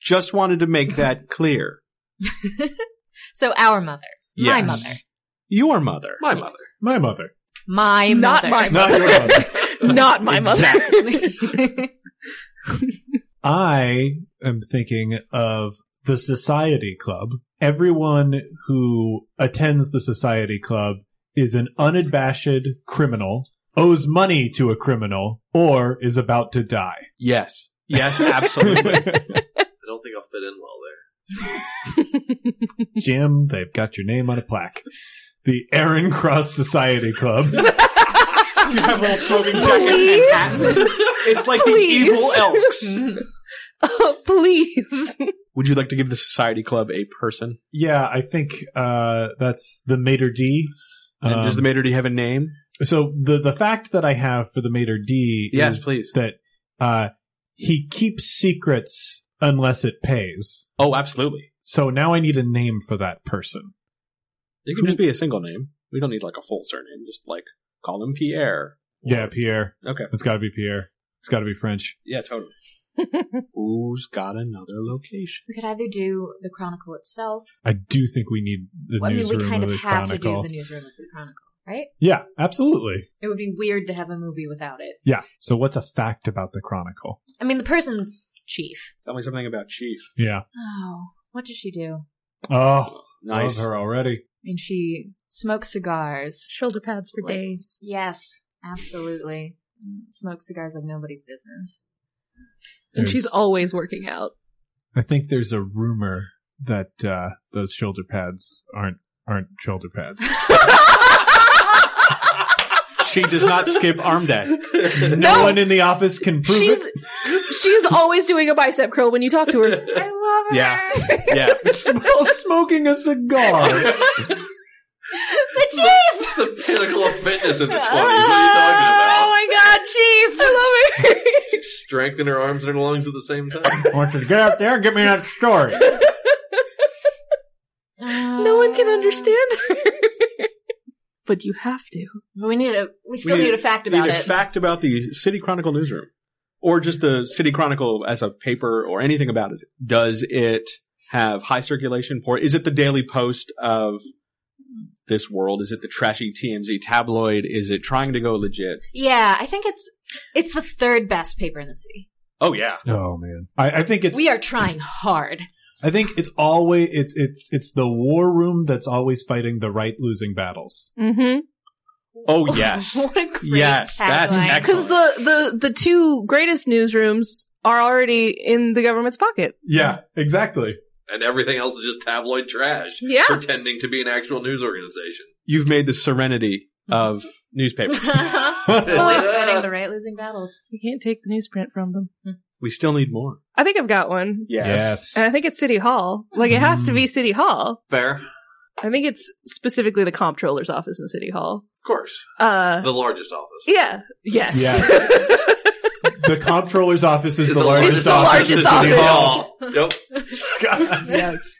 Just wanted to make that clear.
So our mother. My mother.
Your mother.
My mother.
My mother.
My
Not
mother.
Not your mother.
Not my mother.
I am thinking of the Society Club. Everyone who attends the Society Club is an unabashed criminal, owes money to a criminal, or is about to die.
Yes. Yes, absolutely.
I don't think I'll fit in well there.
Jim, they've got your name on a plaque. The Aaron Cross Society Club.
you have little smoking jackets and
Please?
hats. It's like
Please.
the evil elks.
Oh, please.
Would you like to give the Society Club a person?
yeah, I think uh, that's the Mater D. Um,
And Uh, does the Mater D have a name?
so the the fact that I have for the Mater D is
Yes, please.
that uh, he keeps secrets unless it pays.
Oh, absolutely.
So now I need a name for that person.
It can just be a single name. We don't need like a full surname. Just like call him Pierre.
Yeah, Pierre.
Okay.
It's got to be Pierre. It's got to be French.
Yeah, totally. Who's got another location?
we could either do the Chronicle itself.
I do think we need the
Well, I mean,
newsroom
we kind
of
of
the
have to do
Chronicle.
the newsroom of the Chronicle, right?
yeah, absolutely.
It would be weird to have a movie without it.
Yeah. So what's a fact about the Chronicle?
I mean, the person's chief.
Tell me something about Chief.
Yeah.
Oh, what does she do?
Oh,
Nice.
love her already.
I mean, she smokes cigars.
Shoulder pads for
Like-
days.
Yes, absolutely. Smokes cigars like nobody's business.
And
There's-
she's always working out.
I think there's a rumor that uh, those shoulder pads aren't aren't shoulder pads.
She does not skip arm day.
no, one in the office can prove
She's
it.
she's always doing a bicep curl when you talk to her.
I love her.
Yeah. Yeah.
While smoking a cigar.
It's the pinnacle of fitness in the 20s. What are you talking
Oh
about?
my god, chief! I love her.
Strength in her arms and her lungs at the same time.
I want you to get out there and get me that story.
No one
Uh,
can understand her. but you have to.
But we need a. We still
need-
need, a fact
We need
about
a
it.
fact about the City Chronicle newsroom, or just the City Chronicle as a paper or anything about it. Does it have high circulation? Poor? Is it the Daily Post of this world? Is it the trashy TMZ tabloid? Is it trying to go legit?
yeah, I think it's it's the third best paper in the city.
Oh yeah,
Oh man, I, I think it's
we are trying hard.
I think it's always it's it's it's the war room that's always fighting the right losing battles.
Mm-hmm.
oh yes,
what a great
Yes, that's
tagline.
Because
excellent.
the, the the two greatest newsrooms are already in the government's pocket.
Yeah, exactly.
And everything else is just tabloid trash.
Yeah.
Pretending to be an actual news organization.
you've made the Serenity of newspaper.
Always fighting the right, losing battles.
You can't take the newsprint from them.
We still need more.
I think I've got one.
Yes.
And I think it's City Hall. Like, it has to be City Hall.
Fair. Of
I think it's specifically the comptroller's office in City Hall.
course.
Uh,
The largest office.
yeah. Yes.
the comptroller's office is the, largest office.
largest office.
at City
office.
Hall. Yep.
yes.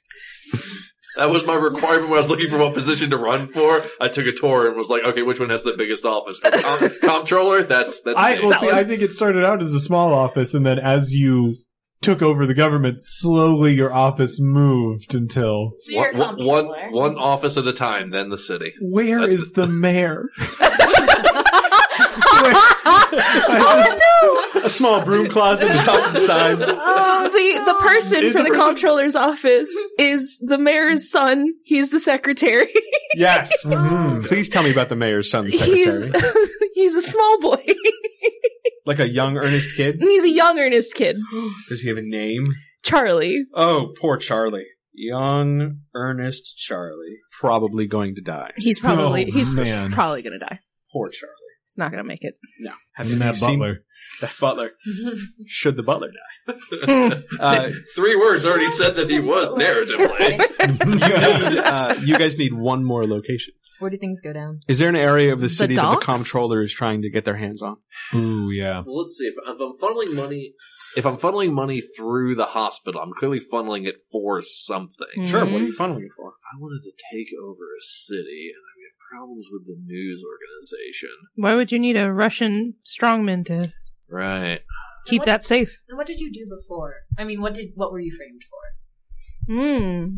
That was my requirement when I was looking for what position to run for. I took a tour and was like, okay, which one has the biggest office? Com- comptroller? That's that's
I
me.
well, see. I think it started out as a small office, and then as you took over the government, slowly your office moved until
So you're a
one, one-
comptroller.
one office at a time, then the city.
where is
That's
the mayor? A small broom closet just off the side.
Oh, the the person
Is
from
the
the,
person-
comptroller's office is the mayor's son. He's the secretary.
Yes. Please tell me about the mayor's son, the secretary.
He's he's a small boy.
like a young earnest kid.
And he's a young earnest kid,
Does he have a name?
Charlie.
Oh, poor Charlie. Young earnest Charlie. Probably going to die.
He's probably
Oh,
he's
man.
probably gonna die.
Poor Charlie.
He's not gonna make it.
Have
And that
you seen-
butler.
that butler. Should the butler die? uh,
Three words already said that he was narratively.
you, need, uh, you guys need one more location.
Where do things go down?
Is there an area of the
The
city that the
docks?
comptroller is trying to get their hands on?
Ooh, yeah.
Well, let's see. If, if I'm funneling money, if I'm funneling money through the hospital, I'm clearly funneling it for something.
Sure, what are
you funneling it for?
I wanted to take over a city, and I've got problems with the news organization.
Why would you need a Russian strongman to
Right.
keep that safe?
And what did you do before? I mean, what did what were you framed for?
Hmm.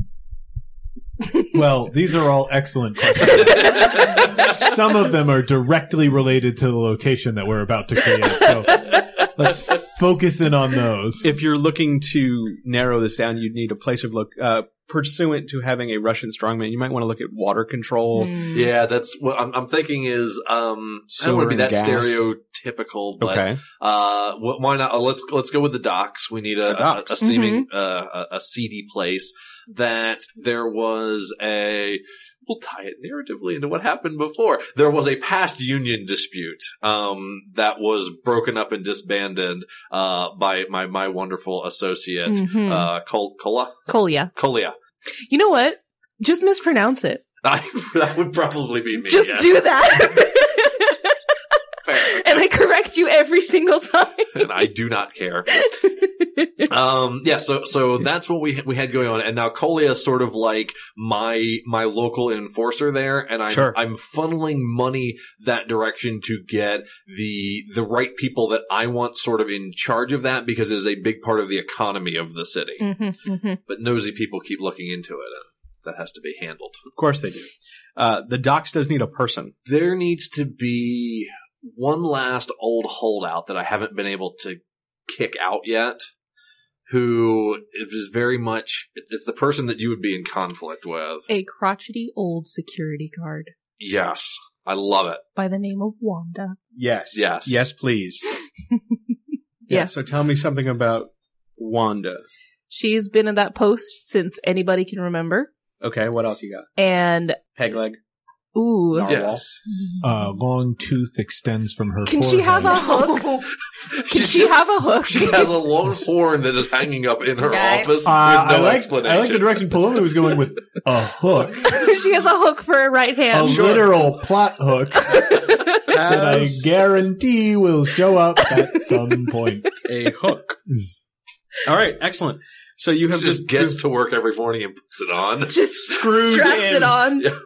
Well, these are all excellent questions. Some of them are directly related to the location that we're about to create. So let's focus in on those.
If you're looking to narrow this down, you'd need a place of look uh, pursuant to having a Russian strongman. You might want to look at water control.
Hmm.
Yeah, that's what I'm, I'm thinking is, um, I don't want to be
Sewer
that
and gas.
stereotypical, but,
Okay,
uh, wh- why not? uh, let's, let's go with the docks. We need
The
a, a,
docks.
a seeming,
Mm-hmm.
uh, a, a seedy place that there was a, we'll tie it narratively into what happened before. There was a past union dispute, um, that was broken up and disbanded, uh, by my, my wonderful associate,
Mhm.
uh, Col- Cola?
Kolya.
Colia.
You know what? Just mispronounce it.
I, that would probably be me.
Just
yeah.
do that.
Fair.
and I correct you every single time.
and I do not care. Um, yeah, so so that's what we we had going on, and now Colia is sort of like my my local enforcer there, and I'm
Sure.
I'm funneling money that direction to get the the right people that I want sort of in charge of that because it is a big part of the economy of the city.
mm-hmm, mm-hmm.
But nosy people keep looking into it, and that has to be handled.
of course they do. Uh, the docks does need a person.
There needs to be one last old holdout that I haven't been able to kick out yet, who is very much it's the person that you would be in conflict with.
A crotchety old security guard
Yes, I love it.
by the name of Wanda.
Yes.
Yes.
Yes, please.
Yeah.
So tell me something about Wanda.
She's been in that post since anybody can remember.
Okay, what else you got?
And
Peg leg.
ooh,
Narwhal.
Yes.
Uh, long tooth extends from her.
can she have a
forehead.
hook? Can she have a hook?
She has a long horn that is hanging up in her
Guys.
Uh,
office with no
I like.
explanation.
I like the direction Paloma was going with a hook,
she has a hook for her right
a
Oh,
hand.
literal plot hook that I
Has
guarantee will show up at some point.
a hook. All right, excellent. So you have
She just
just
gets to work every morning and puts it on.
Just
Screws
straps
in.
it on.
Yeah.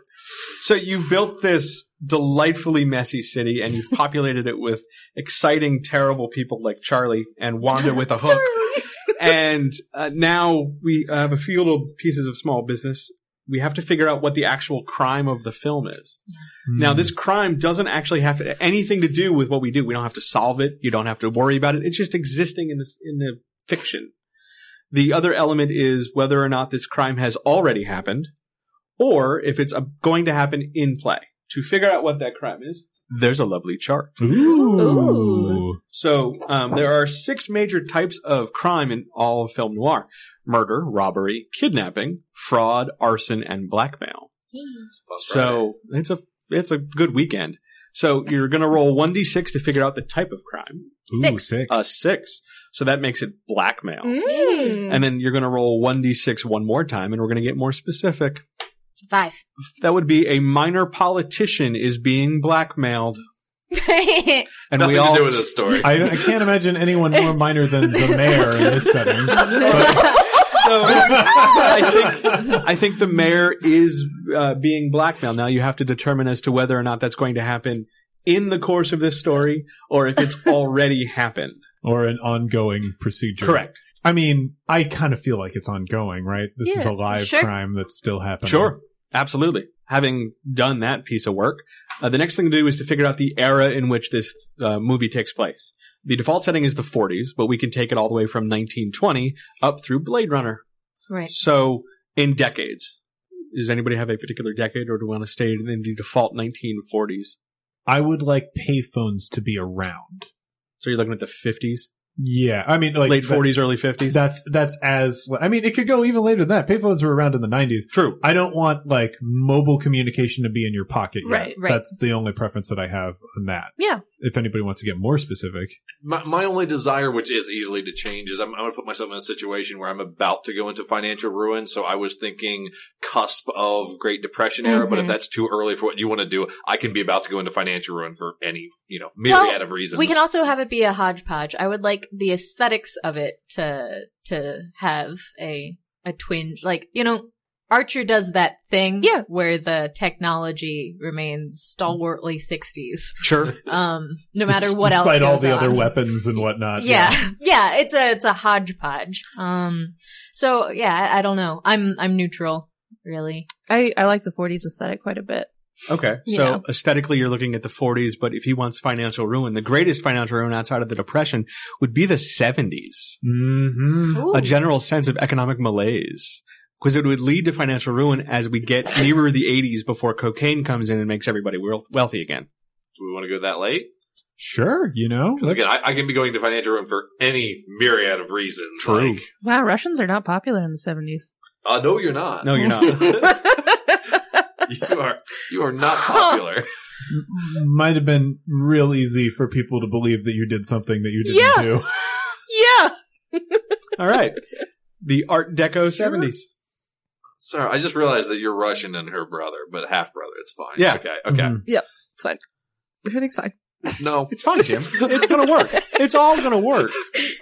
so you've built this delightfully messy city, and you've populated it with exciting, terrible people like Charlie and Wanda with a hook. and uh, now we have a field of pieces of small business. We have to figure out what the actual crime of the film is. Now, this crime doesn't actually have to, anything to do with what we do. We don't have to solve it. You don't have to worry about it. It's just existing in this in the fiction. The other element is whether or not this crime has already happened, or if it's uh, going to happen in play. To figure out what that crime is, there's a lovely chart.
Hmm. Ooh.
So um, there are six major types of crime in all of film noir: murder, robbery, kidnapping, fraud, arson, and blackmail. So it's a it's a good weekend. So you're going to roll 1d6 to figure out the type of crime.
Ooh,
Six.
A 6. So that makes it blackmail.
Mm.
And then you're going to roll 1d6 one more time and we're going to get more specific.
Five.
That would be a minor politician is being blackmailed. And
Nothing
we all
to do with this story.
I, I can't imagine anyone more minor than the mayor in this setting.
So I think I think the mayor is uh, being blackmailed. Now you have to determine as to whether or not that's going to happen in the course of this story or if it's already happened.
or an ongoing procedure. I mean, I kind of feel like it's ongoing, right? This is
Yeah,
a live
sure.
crime that's still happening.
Sure. Absolutely. Having done that piece of work, uh, the next thing to do is to figure out the era in which this uh, movie takes place. The default setting is the 40s, but we can take it all the way from 1920 up through Blade Runner.
Right.
So in decades. Does anybody have a particular decade or do we want to stay in the default 1940s?
I would like payphones to be around.
So you're looking at the 50s,
Yeah. I mean, like
late
that-
40s, early 50s.
That's that's as I mean, it could go even later than that. Payphones were around in the '90s.
True.
I don't want like mobile communication to be in your pocket. Yet.
Right,
right.
That's the only preference that I have on that.
Yeah.
If anybody wants to get more specific,
my, my only desire, which is easily to change, is I'm, I'm going to put myself in a situation where I'm about to go into financial ruin. So I was thinking cusp of Great Depression era, but if
Mhm.
that's too early for what you want to do, I can be about to go into financial ruin for any, you know, myriad
Well,
of reasons.
We can also have it be a hodgepodge. I would like the aesthetics of it to to have a a twinge, like you know, Archer does that thing,
Yeah.
where the technology remains stalwartly sixties,
Sure.
um, no matter what
despite
else.
all
goes
the other
on.
weapons and whatnot.
Yeah, yeah, it's a it's a hodgepodge. Um, so yeah, I, I don't know. I'm I'm neutral, really.
I, I like the 40s aesthetic quite a bit.
Okay.
Yeah.
So aesthetically, you're looking at the 40s, but if he wants financial ruin, the greatest financial ruin outside of the Depression would be the 70s.
hmm
A general sense of economic malaise. Because it would lead to financial ruin as we get nearer the 80s before cocaine comes in and makes everybody weal- wealthy again.
do we want to go that late?
Sure. You know.
Because again, I, I can be going to financial ruin for any myriad of reasons.
True.
Like,
Wow, Russians are not popular in the 70s.
uh, no, you're not.
No, you're not.
you are. You are not popular.
might have been real easy for people to believe that you did something that you didn't
Yeah.
do.
yeah.
All right. The Art Deco 70s.
Sorry, I just realized that you're Russian and her brother, but half brother. It's fine.
Yeah.
Okay. Okay.
Mhm.
Everything's fine.
Mm-hmm.
No,
It's fine, Jim. It's going to work. It's all going to work.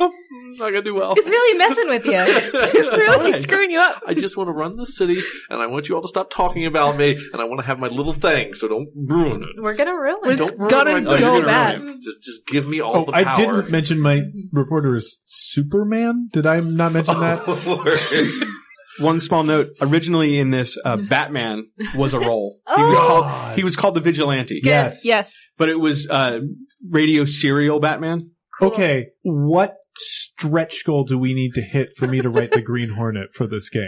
I'm not gonna do well.
it's really messing with you.
It's really
fine.
screwing you up.
I just want to run the city, and I want you all to stop talking about me, and I want to have my little thing. So don't ruin it.
We're gonna ruin.
We're
it.
just
Don't ruin my
gonna go
thing. You're gonna
bad.
ruin it. Just, just give me all
Oh,
the power.
I didn't mention my reporter is Superman. Did I not mention that?
Oh, Lord.
One small note: originally in this, uh, Batman was a role. He was
Oh.
called he was called the vigilante,
Yeah. Yes.
Yes.
but it was uh, radio serial Batman.
Okay, what stretch goal do we need to hit for me to write the Green Hornet for this game?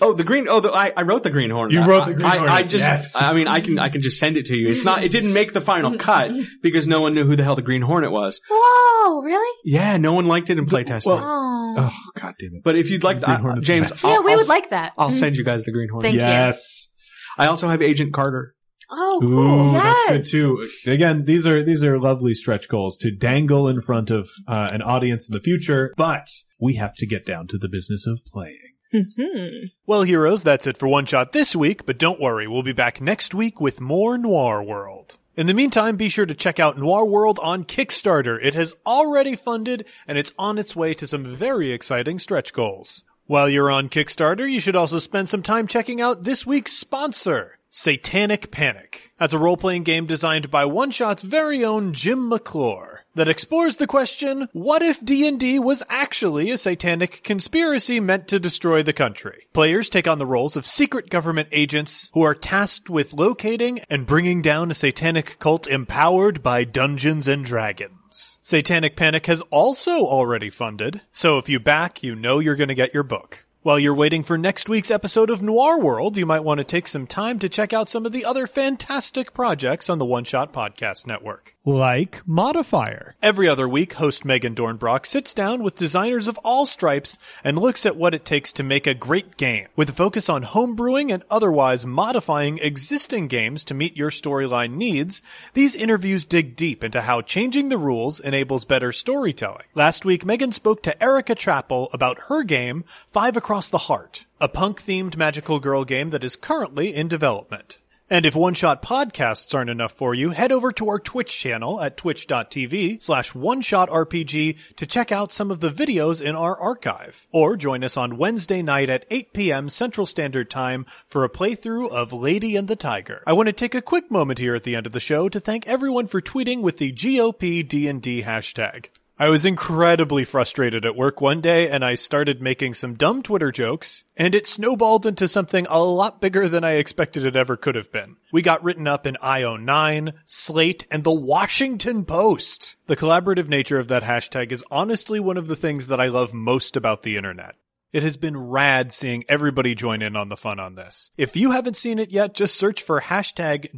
Oh, the green. Oh, the, I, I wrote the Green Hornet.
You wrote the Green
I,
Hornet,
I, I just.
yes.
I mean, I can. I can just send it to you. It's not. It didn't make the final cut because no one knew who the hell the Green Hornet was.
Whoa, really?
Yeah, no one liked it in playtesting.
well-
Oh,
Oh, god damn it.
but if you'd like,
Green
to,
Hornet's the
James,
best.
yeah,
I'll-
we
I'll
would
s-
like that.
I'll
Mm.
send you guys the Green Hornet.
Thank you.
yes.
I also have Agent Carter.
Oh,
Ooh,
cool. yes.
that's good too. Again, these are these are lovely stretch goals to dangle in front of uh, an audience in the future, but we have to get down to the business of playing.
Hmm.
Mhm.
Well, heroes, that's it for One Shot this week, but don't worry, we'll be back next week with more Noir World. In the meantime, be sure to check out Noir World on Kickstarter. It has already funded and it's on its way to some very exciting stretch goals. While you're on Kickstarter, you should also spend some time checking out this week's sponsor, Satanic Panic. That's a role playing game designed by One Shot's very own Jim McClure that explores the question, what if D&D was actually a satanic conspiracy meant to destroy the country? Players take on the roles of secret government agents who are tasked with locating and bringing down a satanic cult empowered by Dungeons and Dragons. Satanic Panic has also already funded, so if you back, you know you're going to get your book. While you're waiting for next week's episode of Noir World, you might want to take some time to check out some of the other fantastic projects on the One Shot Podcast Network. Like Modifier. Every other week, host Megan Dornbrock sits down with designers of all stripes and looks at what it takes to make a great game, with a focus on homebrewing and otherwise modifying existing games to meet your storyline needs. These interviews dig deep into how changing the rules enables better storytelling. Last week, Megan spoke to Erica Chappell about her game, Five Across the Heart, a punk themed magical girl game that is currently in development. And if one shot podcasts aren't enough for you, head over to our Twitch channel at twitch.tv slash one shot RPG to check out some of the videos in our archive. Or join us on Wednesday night at 8 p.m. Central Standard Time for a playthrough of Lady and the Tiger. I want to take a quick moment here at the end of the show to thank everyone for tweeting with the GOP D&D hashtag. I was incredibly frustrated at work one day and I started making some dumb Twitter jokes and it snowballed into something a lot bigger than I expected it ever could have been. We got written up in IO9, Slate, and the Washington Post. The collaborative nature of that hashtag is honestly one of the things that I love most about the internet. It has been rad seeing everybody join in on the fun on this. If you haven't seen it yet, just search for hashtag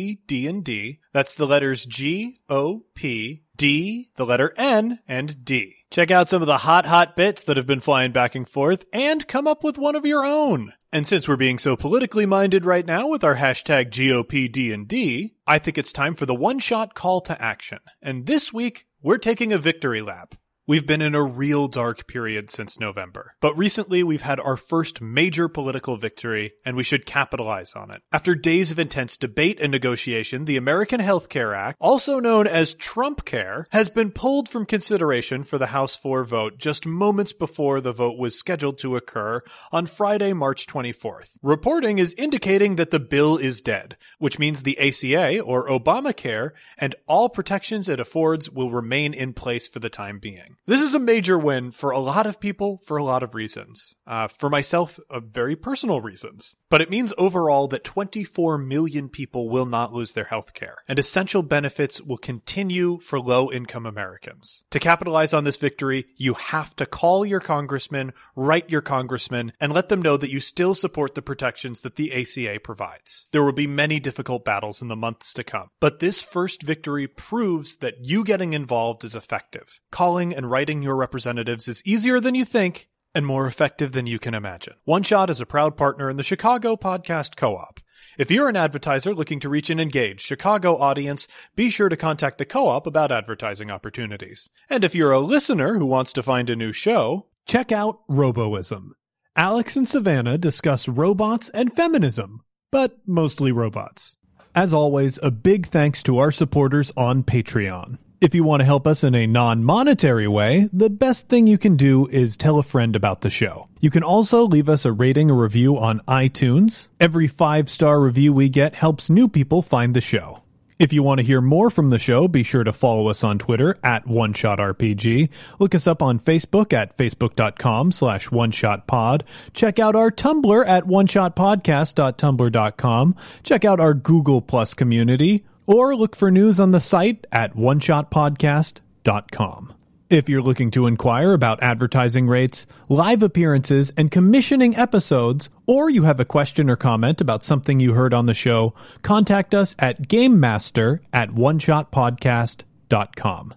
GOPDND. That's the letters G, O, P, D, the letter N, and D. Check out some of the hot, hot bits that have been flying back and forth and come up with one of your own. And since we're being so politically minded right now with our hashtag GOPDND, I think it's time for the one shot call to action. And this week, we're taking a victory lap. We've been in a real dark period since November, but recently we've had our first major political victory, and we should capitalize on it. After days of intense debate and negotiation, the American Health Care Act, also known as Trump Care, has been pulled from consideration for the House 4 vote just moments before the vote was scheduled to occur on Friday, March 24th. Reporting is indicating that the bill is dead, which means the ACA, or Obamacare, and all protections it affords will remain in place for the time being. This is a major win for a lot of people for a lot of reasons. Uh, for myself, uh, very personal reasons. But it means overall that 24 million people will not lose their health care, and essential benefits will continue for low income Americans. To capitalize on this victory, you have to call your congressman, write your congressman, and let them know that you still support the protections that the ACA provides. There will be many difficult battles in the months to come, but this first victory proves that you getting involved is effective. Calling and writing your representatives is easier than you think and more effective than you can imagine. One Shot is a proud partner in the Chicago Podcast Co op. If you're an advertiser looking to reach an engaged Chicago audience, be sure to contact the co op about advertising opportunities. And if you're a listener who wants to find a new show, check out Roboism. Alex and Savannah discuss robots and feminism, but mostly robots. As always, a big thanks to our supporters on Patreon. If you want to help us in a non monetary way, the best thing you can do is tell a friend about the show. You can also leave us a rating or review on iTunes. Every five star review we get helps new people find the show. If you want to hear more from the show, be sure to follow us on Twitter at OneShotRPG. Look us up on Facebook at facebook.com slash OneShotPod. Check out our Tumblr at OneShotPodcast.tumblr.com. Check out our Google Plus community or look for news on the site at oneshotpodcast.com. If you're looking to inquire about advertising rates, live appearances, and commissioning episodes, or you have a question or comment about something you heard on the show, contact us at gamemaster at oneshotpodcast.com.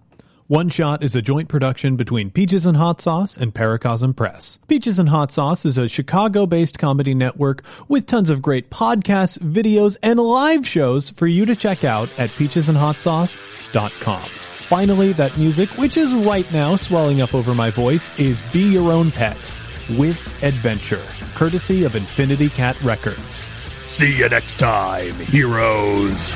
One Shot is a joint production between Peaches and Hot Sauce and Paracosm Press. Peaches and Hot Sauce is a Chicago based comedy network with tons of great podcasts, videos, and live shows for you to check out at peachesandhotsauce.com. Finally, that music, which is right now swelling up over my voice, is Be Your Own Pet with Adventure, courtesy of Infinity Cat Records. See you next time, heroes.